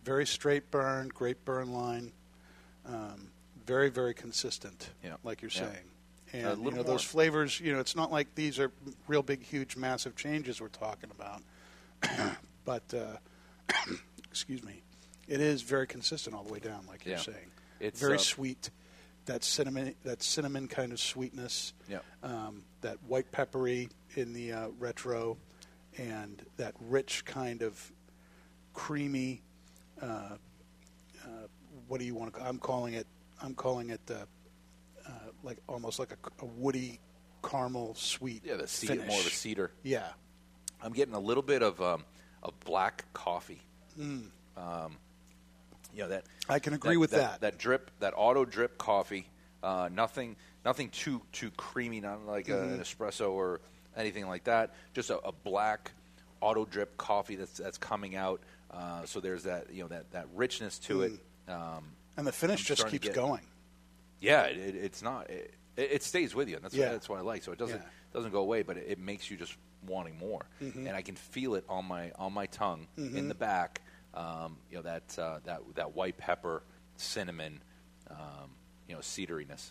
B: Very straight burn. Great burn line. Um, very very consistent.
A: Yeah.
B: Like you're
A: Yeah.
B: saying.
A: A
B: And you
A: little
B: know those
A: more.
B: flavors. You know, it's not like these are real big, huge, massive changes we're talking about. but uh, excuse me, it is very consistent all the way down, like you're
A: Yeah.
B: saying.
A: It's,
B: very
A: uh,
B: sweet. That cinnamon, that cinnamon kind of sweetness
A: Yeah.
B: um, that white peppery in the uh, retro, and that rich kind of creamy. Uh, uh, what do you want to? I'm calling it. I'm calling it uh, uh, like almost like a, a woody caramel sweet.
A: Yeah, the cedar, more of a
B: finish.
A: cedar.
B: Yeah,
A: I'm getting a little bit of um, a black coffee. Um, you know that
B: I can agree with that.
A: that. drip, that auto drip coffee. Uh, nothing, nothing too too creamy. Not like
B: Mm-hmm.
A: a- an espresso or anything like that. Just a, a black auto drip coffee that's that's coming out. Uh, so there's that you know that that richness to
B: Mm.
A: it. Um,
B: and the finish
A: I'm
B: just
A: starting to
B: keeps
A: get-
B: going.
A: yeah, it, it, it's not. It, it it stays with you, and that's
B: Yeah.
A: what, that's what I like. So it doesn't
B: Yeah. Mm-hmm.
A: doesn't go away, but it, it makes you just wanting more. And I can feel it on my on my tongue in the back. Um, you know that uh, that that white pepper, cinnamon, um, you know cedariness.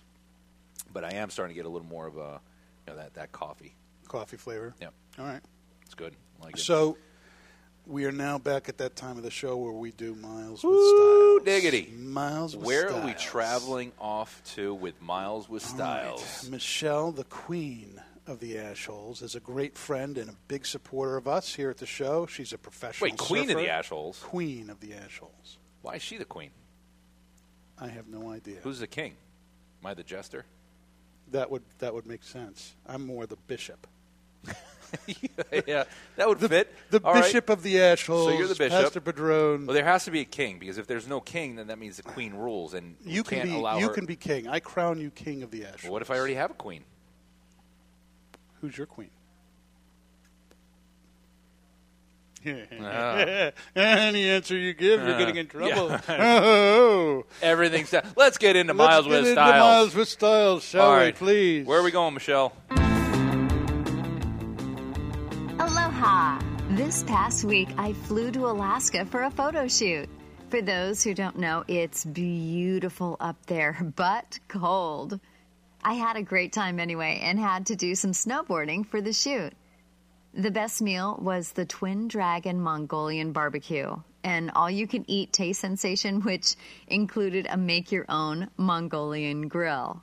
A: But I am starting to get a little more of a you know that that coffee.
B: Coffee flavor.
A: Yep.
B: All right.
A: It's good. I like it.
B: So we are now back at that time of the show where we do Miles with
A: Ooh,
B: Styles.
A: diggity.
B: Miles with
A: Where are we
B: Styles. Oh,
A: traveling off to with Miles with Styles?
B: Michelle, the queen of the assholes, is a great friend and a big supporter of us here at the show. She's a professional.
A: Wait, queen of
B: surfer.
A: the assholes?
B: Queen of the assholes.
A: Why is she the queen?
B: I have no idea.
A: Who's the king? Am I the jester?
B: That would that would make sense. I'm more the bishop.
A: yeah, that would fit.
B: The
A: All right.
B: bishop of the assholes.
A: So you're the bishop.
B: Pastor Padron.
A: Well, there has to be a king because if there's no king, then that means the queen rules, and we
B: you can
A: can't
B: be
A: allow
B: you
A: her.
B: can be king. I crown you king of the
A: Well,
B: assholes.
A: what if I already have a queen?
B: Who's your queen?
A: Ah.
B: Any answer you give, you're
A: Uh,
B: getting in trouble.
A: yeah.
B: Oh.
A: Everything's down. Let's get into
B: Let's
A: Miles
B: get
A: with
B: into
A: Styles.
B: Miles with Styles, shall
A: All
B: we,
A: right.
B: please?
A: Where are we going, Michelle?
J: Aloha! This past week, I flew to Alaska for a photo shoot. For those who don't know, it's beautiful up there, but cold. I had a great time anyway and had to do some snowboarding for the shoot. The best meal was the Twin Dragon Mongolian barbecue, an all you can eat taste sensation, which included a make your own Mongolian grill.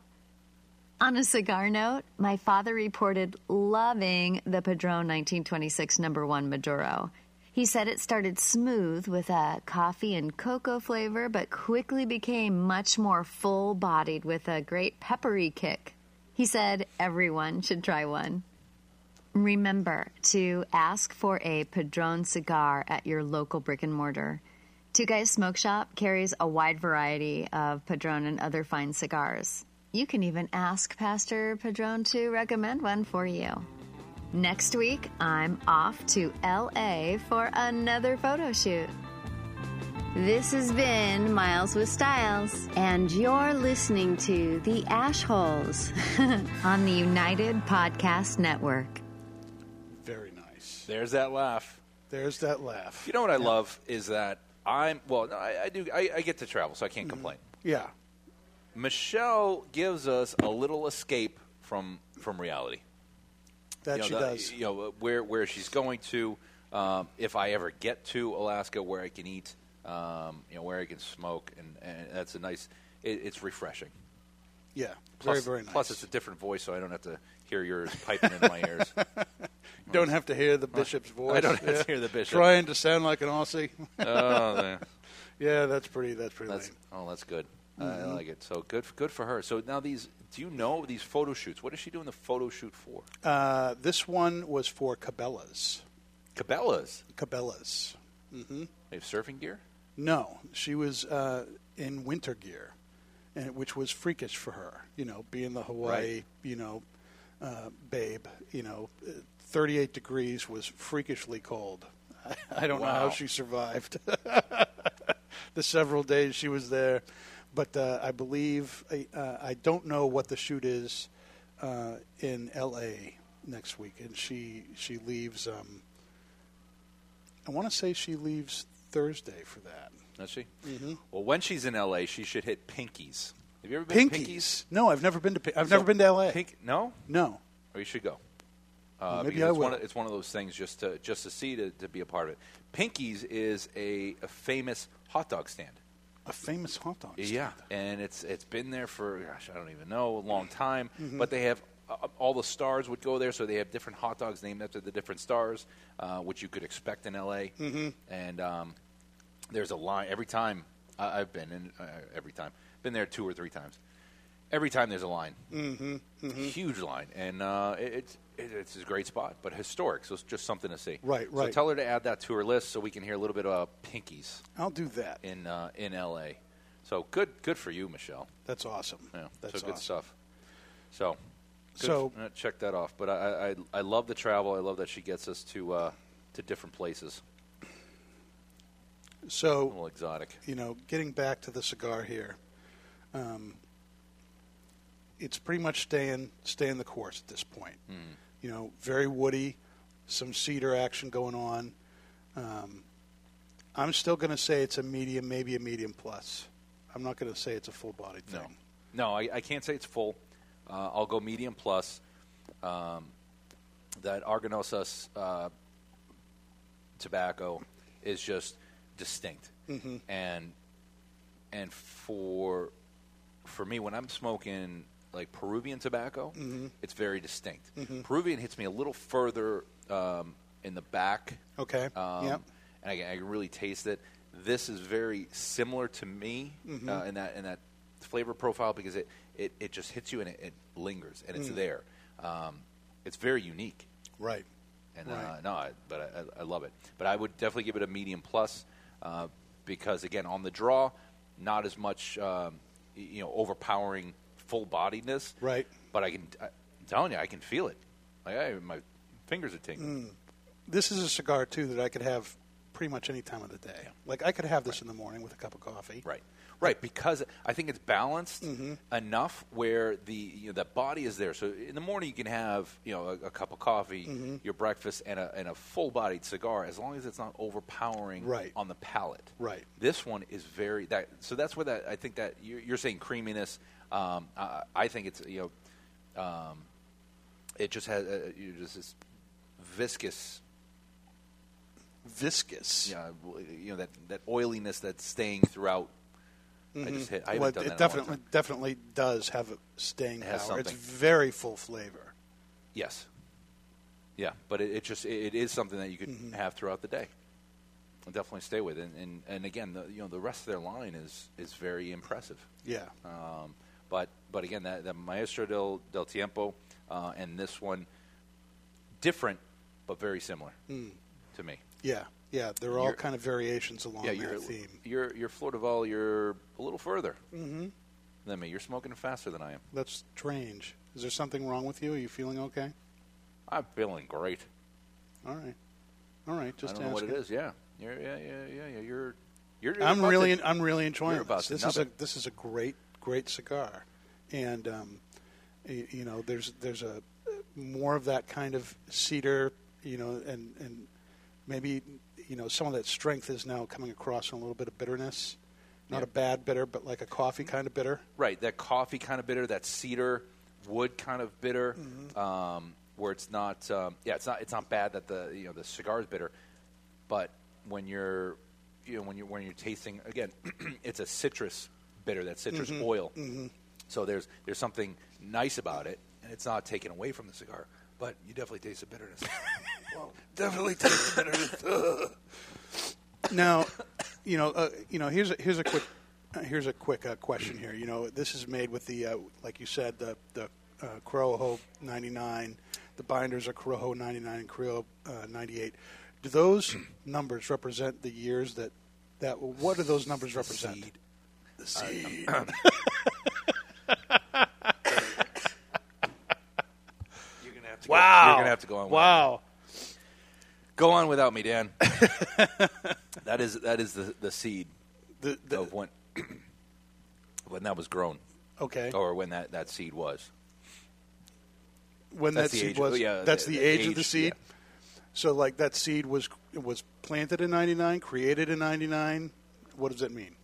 J: On a cigar note, my father reported loving the Padron 1926 number one Maduro. He said it started smooth with a coffee and cocoa flavor, but quickly became much more full bodied with a great peppery kick. He said everyone should try one. Remember to ask for a Padron cigar at your local brick and mortar. Two Guys Smoke Shop carries a wide variety of Padron and other fine cigars. You can even ask Pastor Padron to recommend one for you. Next week, I'm off to LA for another photo shoot. This has been Miles with Styles, and you're listening to The Ashholes on the United Podcast Network.
B: Very nice.
A: There's that laugh.
B: There's that laugh.
A: You know what I love is that I'm well. No, I, I do. I, I get to travel, so I
B: Mm-hmm.
A: can't complain.
B: Yeah.
A: Michelle gives us a little escape from from reality.
B: That
A: you know,
B: she
A: the-
B: does.
A: You know uh, where where she's going to. Um, if I ever get to Alaska, where I can eat, um, you know, where I can smoke, and, and that's a nice. It, it's refreshing.
B: Yeah.
A: Plus-
B: very very nice.
A: Plus, it's a different voice, so I don't have to hear yours piping in my ears.
B: don't have to hear the bishop's voice.
A: I don't have to
B: yeah.
A: hear the bishop.
B: trying to sound like an Aussie.
A: Oh, yeah.
B: yeah, that's pretty. That's pretty.
A: That's,
B: lame.
A: oh, that's good. I
B: Mhm.
A: like it. So good, good for her. So now these, do you know these photo shoots? What is she doing the photo shoot for?
B: Uh, this one was for Cabela's.
A: Cabela's.
B: Cabela's. hmm
A: They have surfing gear.
B: No, she was uh, in winter gear, and which was freakish for her. You know, being the Hawaii,
A: Right.
B: you know, uh, babe. You know, uh, 38 degrees was freakishly cold. I, I don't know how
A: Wow.
B: she survived the several days she was there, but uh, I believe I, uh, I don't know what the shoot is uh, in L.A. next week, and she she leaves. Um, I want to say she leaves Thursday for that.
A: Does she?
B: Mhm.
A: Well, when she's in LA, she should hit Pinkies. Have you ever been to
B: Pinkies.
A: Pinkies?
B: No, I've never been to. Pin- I've
A: So-
B: never been to L.A.
A: Pink? No.
B: No.
A: Or you should go. Uh,
B: Well, maybe
A: because
B: I
A: it's One
B: will.
A: of, it's one of those things just to just to see to, to be a part of it. Pinkies is a, a famous hot dog stand.
B: A famous hot dog.
A: Yeah, and it's it's been there for gosh, I don't even know, a long time.
B: Mm-hmm.
A: But they have uh, all the stars would go there, so they have different hot dogs named after the different stars, uh, which you could expect in L.A.
B: Mhm.
A: And um, there's a line every time I, I've been in. Uh, every time been there two or three times. Every time there's a line,
B: Mm-hmm. mm-hmm.
A: huge line, and uh, it, it's it, it's a great spot, but historic, so it's just something to see.
B: Right, right.
A: So tell her to add that to her list, so we can hear a little bit about Pinkies
B: I'll do that.
A: in uh, in L.A. So good, good for you, Michelle.
B: That's awesome.
A: Yeah,
B: That's
A: so good
B: awesome.
A: stuff. So, good
B: So-
A: f- uh, check that off. But I, I, I love the travel. I love that she gets us to uh, to different places.
B: So
A: A little exotic.
B: you know, getting back to the cigar here, um, it's pretty much staying staying the course at this point.
A: Hmm.
B: You know, very woody, some cedar action going on. Um, I'm still going to say it's a medium, maybe a medium plus. I'm not going to say it's a full bodied thing.
A: No. No, I, I can't say it's full. Uh, I'll go medium plus. Um, that Argonosas uh, tobacco is just distinct.
B: Mhm.
A: And and for for me, when I'm smoking like Peruvian tobacco,
B: Mhm.
A: it's very distinct.
B: Mhm.
A: Peruvian hits me a little further um, in the back.
B: Okay.
A: Um,
B: Yep.
A: And I, can- I can really taste it. This is very similar to me
B: Mhm.
A: uh, in that in that flavor profile because it, it, it just hits you and it, it lingers and it's
B: Mm.
A: there. Um, it's very unique.
B: Right.
A: And uh,
B: Right.
A: no, I, but I, I love it. But I would definitely give it a medium plus uh, because again, on the draw, not as much um, y- you know overpowering full bodiedness.
B: Right.
A: But I can, I, am telling you, I can feel it. Like I, my fingers are tingling.
B: Mm. This is a cigar too that I could have pretty much any time of the day. Like I could have this in the morning with a cup of coffee.
A: Right. Right, because I think it's balanced
B: Mm-hmm.
A: enough where the you know, that body is there. So in the morning you can have you know a, a cup of coffee,
B: Mhm.
A: your breakfast, and a and a full bodied cigar as long as it's not overpowering
B: Right.
A: on the palate.
B: Right.
A: This one is very that. So that's where that I think that you're, you're saying creaminess. Um, I, I think it's you know, um, it just has uh, you just this viscous.
B: Viscous.
A: Yeah, you know that that oiliness that's staying throughout. I
B: Mhm.
A: just hit. I haven't
B: well, it
A: done that in a long
B: definitely
A: time.
B: definitely does have a staying
A: It has
B: power. It's
A: something.
B: very full flavor.
A: Yes. Yeah, but it, it just it, it is something that you could
B: Mm-hmm.
A: have throughout the day. And definitely stay with, and and, and again, the, you know, the rest of their line is is very impressive.
B: Yeah.
A: Um, but but again, that, that Maestro del del Tiempo uh, and this one different, but very similar
B: Mm.
A: to me.
B: Yeah. Yeah. They're all
A: You're-
B: kind of variations along
A: yeah,
B: that
A: you're,
B: theme.
A: you're you're Flor de Val. You're a little further
B: hmm
A: than me. You're smoking faster than I am.
B: That's strange. Is there something wrong with you? Are you feeling okay?
A: I'm feeling great.
B: All right. All right. Just
A: I don't know what it
B: asking.
A: is. Yeah. You're, yeah, yeah, yeah, yeah. You're. You're, you're
B: I'm
A: about
B: really,
A: to-
B: I'm really enjoying
A: you're about
B: this.
A: to
B: This
A: nub
B: is a,
A: it.
B: this is a great, great cigar, and um, y- you know, there's, there's a more of that kind of cedar, you know, and and maybe you know some of that strength is now coming across in a little bit of bitterness, not
A: Yeah. Mm-hmm.
B: a bad bitter, but like a coffee kind of bitter.
A: Right, that coffee kind of bitter, that cedar wood kind of bitter,
B: Mm-hmm.
A: um, where it's not. Um, yeah, it's not. It's not bad that the you know the cigar is bitter, but when you're you know when you are when you're tasting again, it's a citrus bitter, that citrus
B: Mhm.
A: oil.
B: Mhm.
A: So there's there's something nice about it, and it's not taken away from the cigar, but you definitely taste the bitterness.
B: Definitely taste the bitterness. Now, you know, uh, you know, here's a, here's a quick uh, here's a quick uh, question here. You know, this is made with the uh, like you said the the uh, Corojo 99. The binders are Corojo 99 and Corojo uh, 98. Do those numbers represent the years that that? What do those numbers represent? The seed.
A: You're gonna have to
B: Wow.
A: Go, you're gonna have to go on. without
B: Wow.
A: me. Go on without me, Dan. that is that is the the seed of when when that was grown.
B: Okay.
A: Or when that, that seed was.
B: when
A: That's
B: that
A: the
B: seed
A: age-
B: was.
A: oh, yeah,
B: that's
A: the-
B: the,
A: the
B: age,
A: age,
B: of the seed. So like that seed was was planted in '99, created in '99. What does that mean?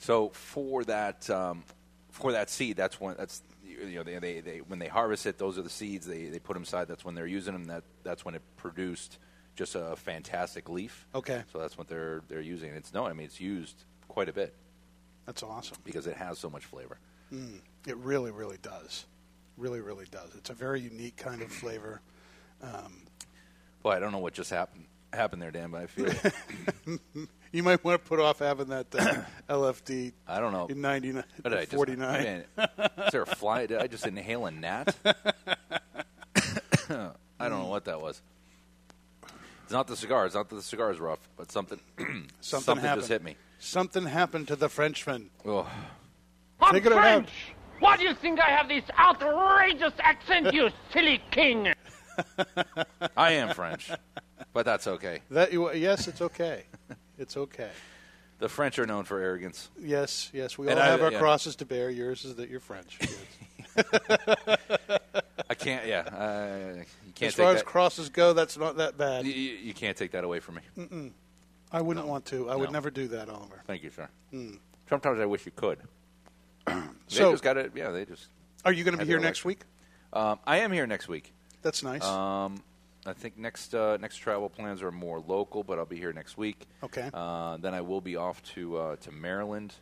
A: So for that um, for that seed, that's when that's you know they, they, they when they harvest it, those are the seeds they, they put them aside. That's when they're using them. That that's when it produced just a fantastic leaf.
B: Okay.
A: So that's what they're they're using. It's no, I mean it's used quite a bit
B: That's awesome.
A: because it has so much flavor.
B: Mm, it really, really does. Really, really does. It's a very unique kind of flavor. Um,
A: Boy, I don't know what just happened happened there, Dan, but I feel
B: you might want to put off having that uh, LFD.
A: I don't know.
B: In 99,
A: What did I just-
B: 49.
A: man, is there a fly? Did I just inhale a gnat? I don't know what that was. It's not the cigar. It's not that the cigar is rough, but something something,
B: Something happened.
A: just hit me.
B: Something happened to the Frenchman.
A: Oh.
I: I'm
B: Take it out.
I: French. Why do you think I have this outrageous accent, you silly king?
A: I am French, but that's okay.
B: That you, yes, it's okay. It's okay.
A: The French are known for arrogance.
B: Yes, yes. We
A: And
B: all
A: I-
B: have our
A: yeah.
B: crosses to bear. Yours is that you're French.
A: I can't. Yeah, I, you can't
B: as far
A: take
B: as
A: that.
B: crosses go, that's not that bad.
A: you, you- you can't take that away from me.
B: Mm-mm. I wouldn't want to. I would
A: No.
B: never do that, Oliver.
A: Thank you, sir.
B: Mm.
A: Sometimes I wish you could. they
B: So-
A: just got it. Yeah, they just.
B: Are you going to
A: had
B: be
A: their
B: here next
A: election. Um, I am here next week.
B: That's nice.
A: Um, I think next uh, next travel plans are more local, but I'll be here next week.
B: Okay.
A: Uh, then I will be off to uh, to Maryland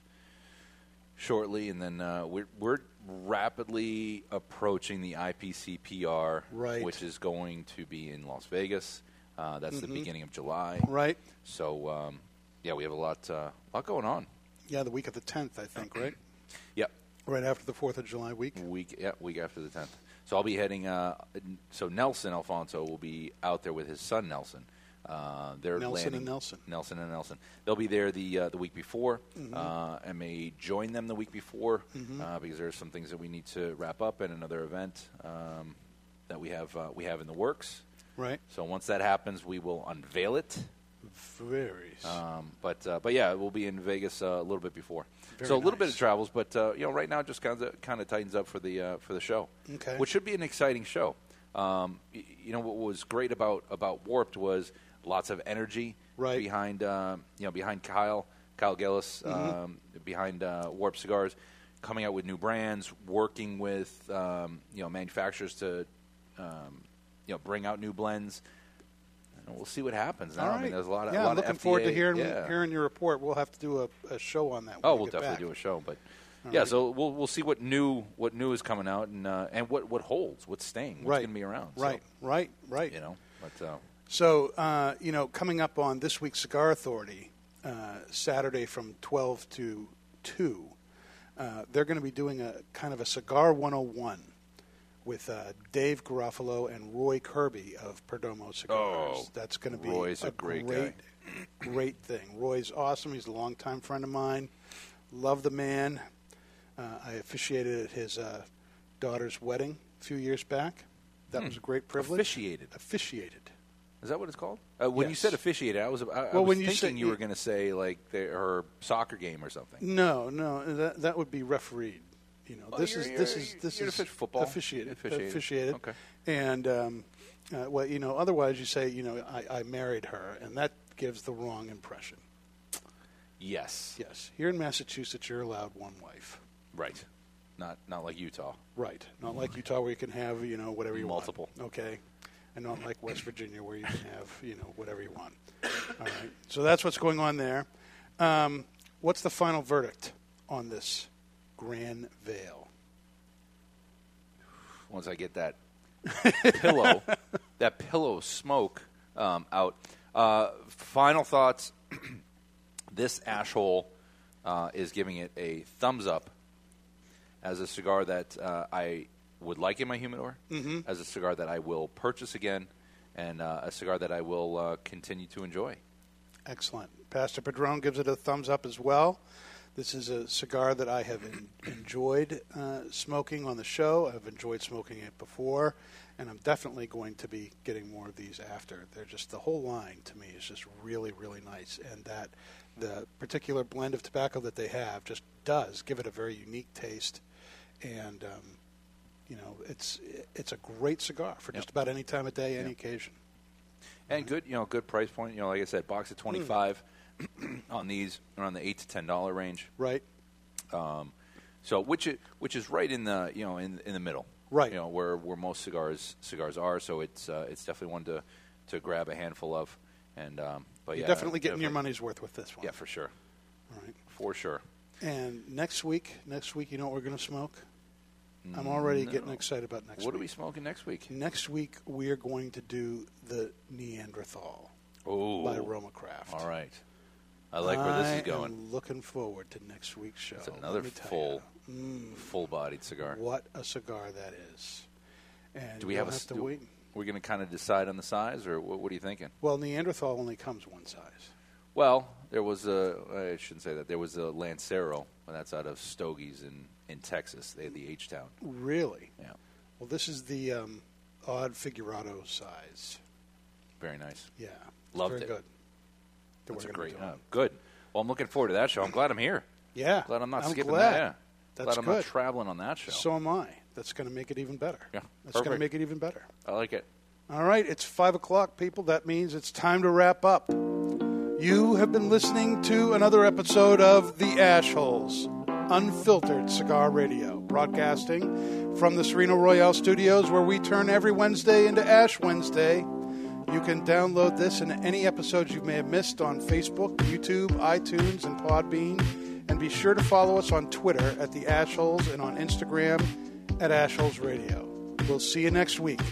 A: shortly, and then uh, we're we're rapidly approaching the IPCPR,
B: Right.
A: which is going to be in Las Vegas. Uh, that's
B: Mhm.
A: the beginning of July.
B: Right.
A: So um, yeah, we have a lot uh, lot going on.
B: Yeah, the week of the 10th, I think, right?
A: Yep.
B: Right after the 4th of July week.
A: Week, yeah, week after the tenth. So I'll be heading. Uh, n- so Nelson Alfonso will be out there with his son Nelson. Uh, they're
B: Nelson
A: landing-
B: and Nelson.
A: Nelson and Nelson. They'll be there the uh, the week before.
B: Mhm.
A: Uh, I may join them the week before
B: Mhm.
A: uh, because there are some things that we need to wrap up and another event um, that we have uh, we have in the works.
B: Right.
A: So once that happens, we will unveil it.
B: Very.
A: Um, but uh, but yeah, we'll be in Vegas uh, a little bit before,
B: Very
A: so a little bit of travels. But uh, you know, right now it just kind of kind of tightens up for the uh, for the show,
B: Okay.
A: which should be an exciting show. Um, y- you know, what was great about about Warped was lots of energy
B: Right.
A: behind um you know behind Kyle Kyle Gillis
B: Mhm.
A: um, behind uh, Warped Cigars, coming out with new brands, working with um, you know manufacturers to um, you know bring out new blends. And we'll see what happens now.
B: All
A: I mean,
B: right.
A: there's a lot of
B: yeah,
A: a lot
B: I'm looking
A: of
B: forward to
A: FDA
B: hearing
A: yeah.
B: hearing your report. We'll have to do a, a show on that. When
A: Oh,
B: we
A: we'll
B: get
A: definitely
B: back.
A: do a show, but
B: All
A: yeah.
B: right.
A: So we'll we'll see what new what new is coming out and uh, and what what holds, what's staying, what's
B: Right.
A: going to be around. So,
B: Right, right, right.
A: You know, but uh,
B: So, uh, you know, coming up on this week's Cigar Authority, uh, Saturday from 12 to 2, uh, they're going to be doing a kind of a Cigar 101 with uh, Dave Garofalo and Roy Kirby of Perdomo Cigars.
A: Oh,
B: That's going to be
A: Roy's a great guy.
B: great, great thing. Roy's awesome. He's a longtime friend of mine. Love the man. Uh, I officiated at his uh, daughter's wedding a few years back.
A: Hmm.
B: That was a great privilege.
A: Officiated.
B: Officiated.
A: is that what it's called? Uh, when you
B: Yes.
A: said officiated, I was I, I
B: Well,
A: was
B: when you
A: thinking
B: said-
A: you were going to say like the, her soccer game or something.
B: No, no, that that would be refereed. You know,
A: Oh,
B: this
A: you're-
B: is this
A: you're-
B: is this
A: you're
B: is
A: offici- football?
B: officiated,
A: Officiated.
B: officiated.
A: Okay.
B: And um, uh, well, you know, otherwise you say, you know, I, I married her, and that gives the wrong impression.
A: Yes.
B: Yes, here in Massachusetts, you're allowed one wife.
A: Right. Not not like Utah.
B: Right. Not like Utah, where you can have you know whatever you
A: Multiple.
B: want. Multiple. Okay. And not like West Virginia, where you can have you know whatever you want. All right. So that's what's going on there. Um, what's the final verdict on this Grand Vale?
A: Once I get that pillow, that pillow smoke um, out. Uh, final thoughts. this asshole uh, is giving it a thumbs up as a cigar that uh, I would like in my humidor,
B: Mhm.
A: as a cigar that I will purchase again, and uh, a cigar that I will uh, continue to enjoy.
B: Excellent. Pastor Padron gives it a thumbs up as well. This is a cigar that I have en- enjoyed uh, smoking on the show. I've enjoyed smoking it before, and I'm definitely going to be getting more of these after. They're just the whole line to me is just really, really nice, and that the particular blend of tobacco that they have just does give it a very unique taste, and um, you know it's it's a great cigar for just about any time of day, any occasion.
A: and good you know good price point you know like i said box of 25 on these around the 8 to 10 dollar range
B: right
A: um, so which is, which is right in the you know in in the middle
B: Right.
A: you know where where most cigars cigars are so it's uh, it's definitely one to to grab a handful of and um, but
B: You're
A: yeah,
B: definitely getting your
A: definitely-
B: money's worth with this one.
A: yeah for sure
B: All right.
A: for sure
B: And next week, next week, you know what we're going to smoke? I'm already
A: No.
B: getting excited about next week.
A: what are we smoking next week
B: Next week, we are going to do the Neanderthal
A: oh
B: by Roma Craft.
A: all right i like where this
B: I
A: is going
B: am looking forward to next week's show.
A: it's another
B: Let me tell
A: full
B: you. Mm.
A: full bodied cigar
B: What a cigar that is. And
A: do we
B: you'll
A: have a
B: have
A: s-
B: to
A: do-
B: wait?
A: we're going to kind of decide on the size or what, what are you thinking
B: Well, Neanderthal only comes one size.
A: Well, there was a. I shouldn't say that. There was a Lancero, and that's out of Stogie's in in Texas. They had the H Town.
B: Really?
A: Yeah.
B: Well, this is the um, odd figurado size.
A: Very nice.
B: Yeah.
A: Loved
B: Very
A: it.
B: good. That
A: That's a
B: we're gonna be
A: great.
B: doing.
A: Uh, good. Well, I'm looking forward to that show. I'm glad I'm here.
B: Yeah.
A: Glad I'm not
B: I'm
A: skipping
B: glad.
A: that. Yeah.
B: That's
A: glad I'm
B: good.
A: not traveling on that show.
B: So am I. That's going to make it even better.
A: yeah.
B: That's going to
A: perfect.
B: make it even better.
A: I like it.
B: All right, it's 5 o'clock, people. That means it's time to wrap up. You have been listening to another episode of The Ashholes, unfiltered cigar radio, broadcasting from the Sereno Royale studios, where we turn every Wednesday into Ash Wednesday You can download this and any episodes you may have missed on Facebook, YouTube, iTunes, and Podbean. And be sure to follow us on Twitter at The Ashholes and on Instagram at Ashholes Radio. We'll see you next week.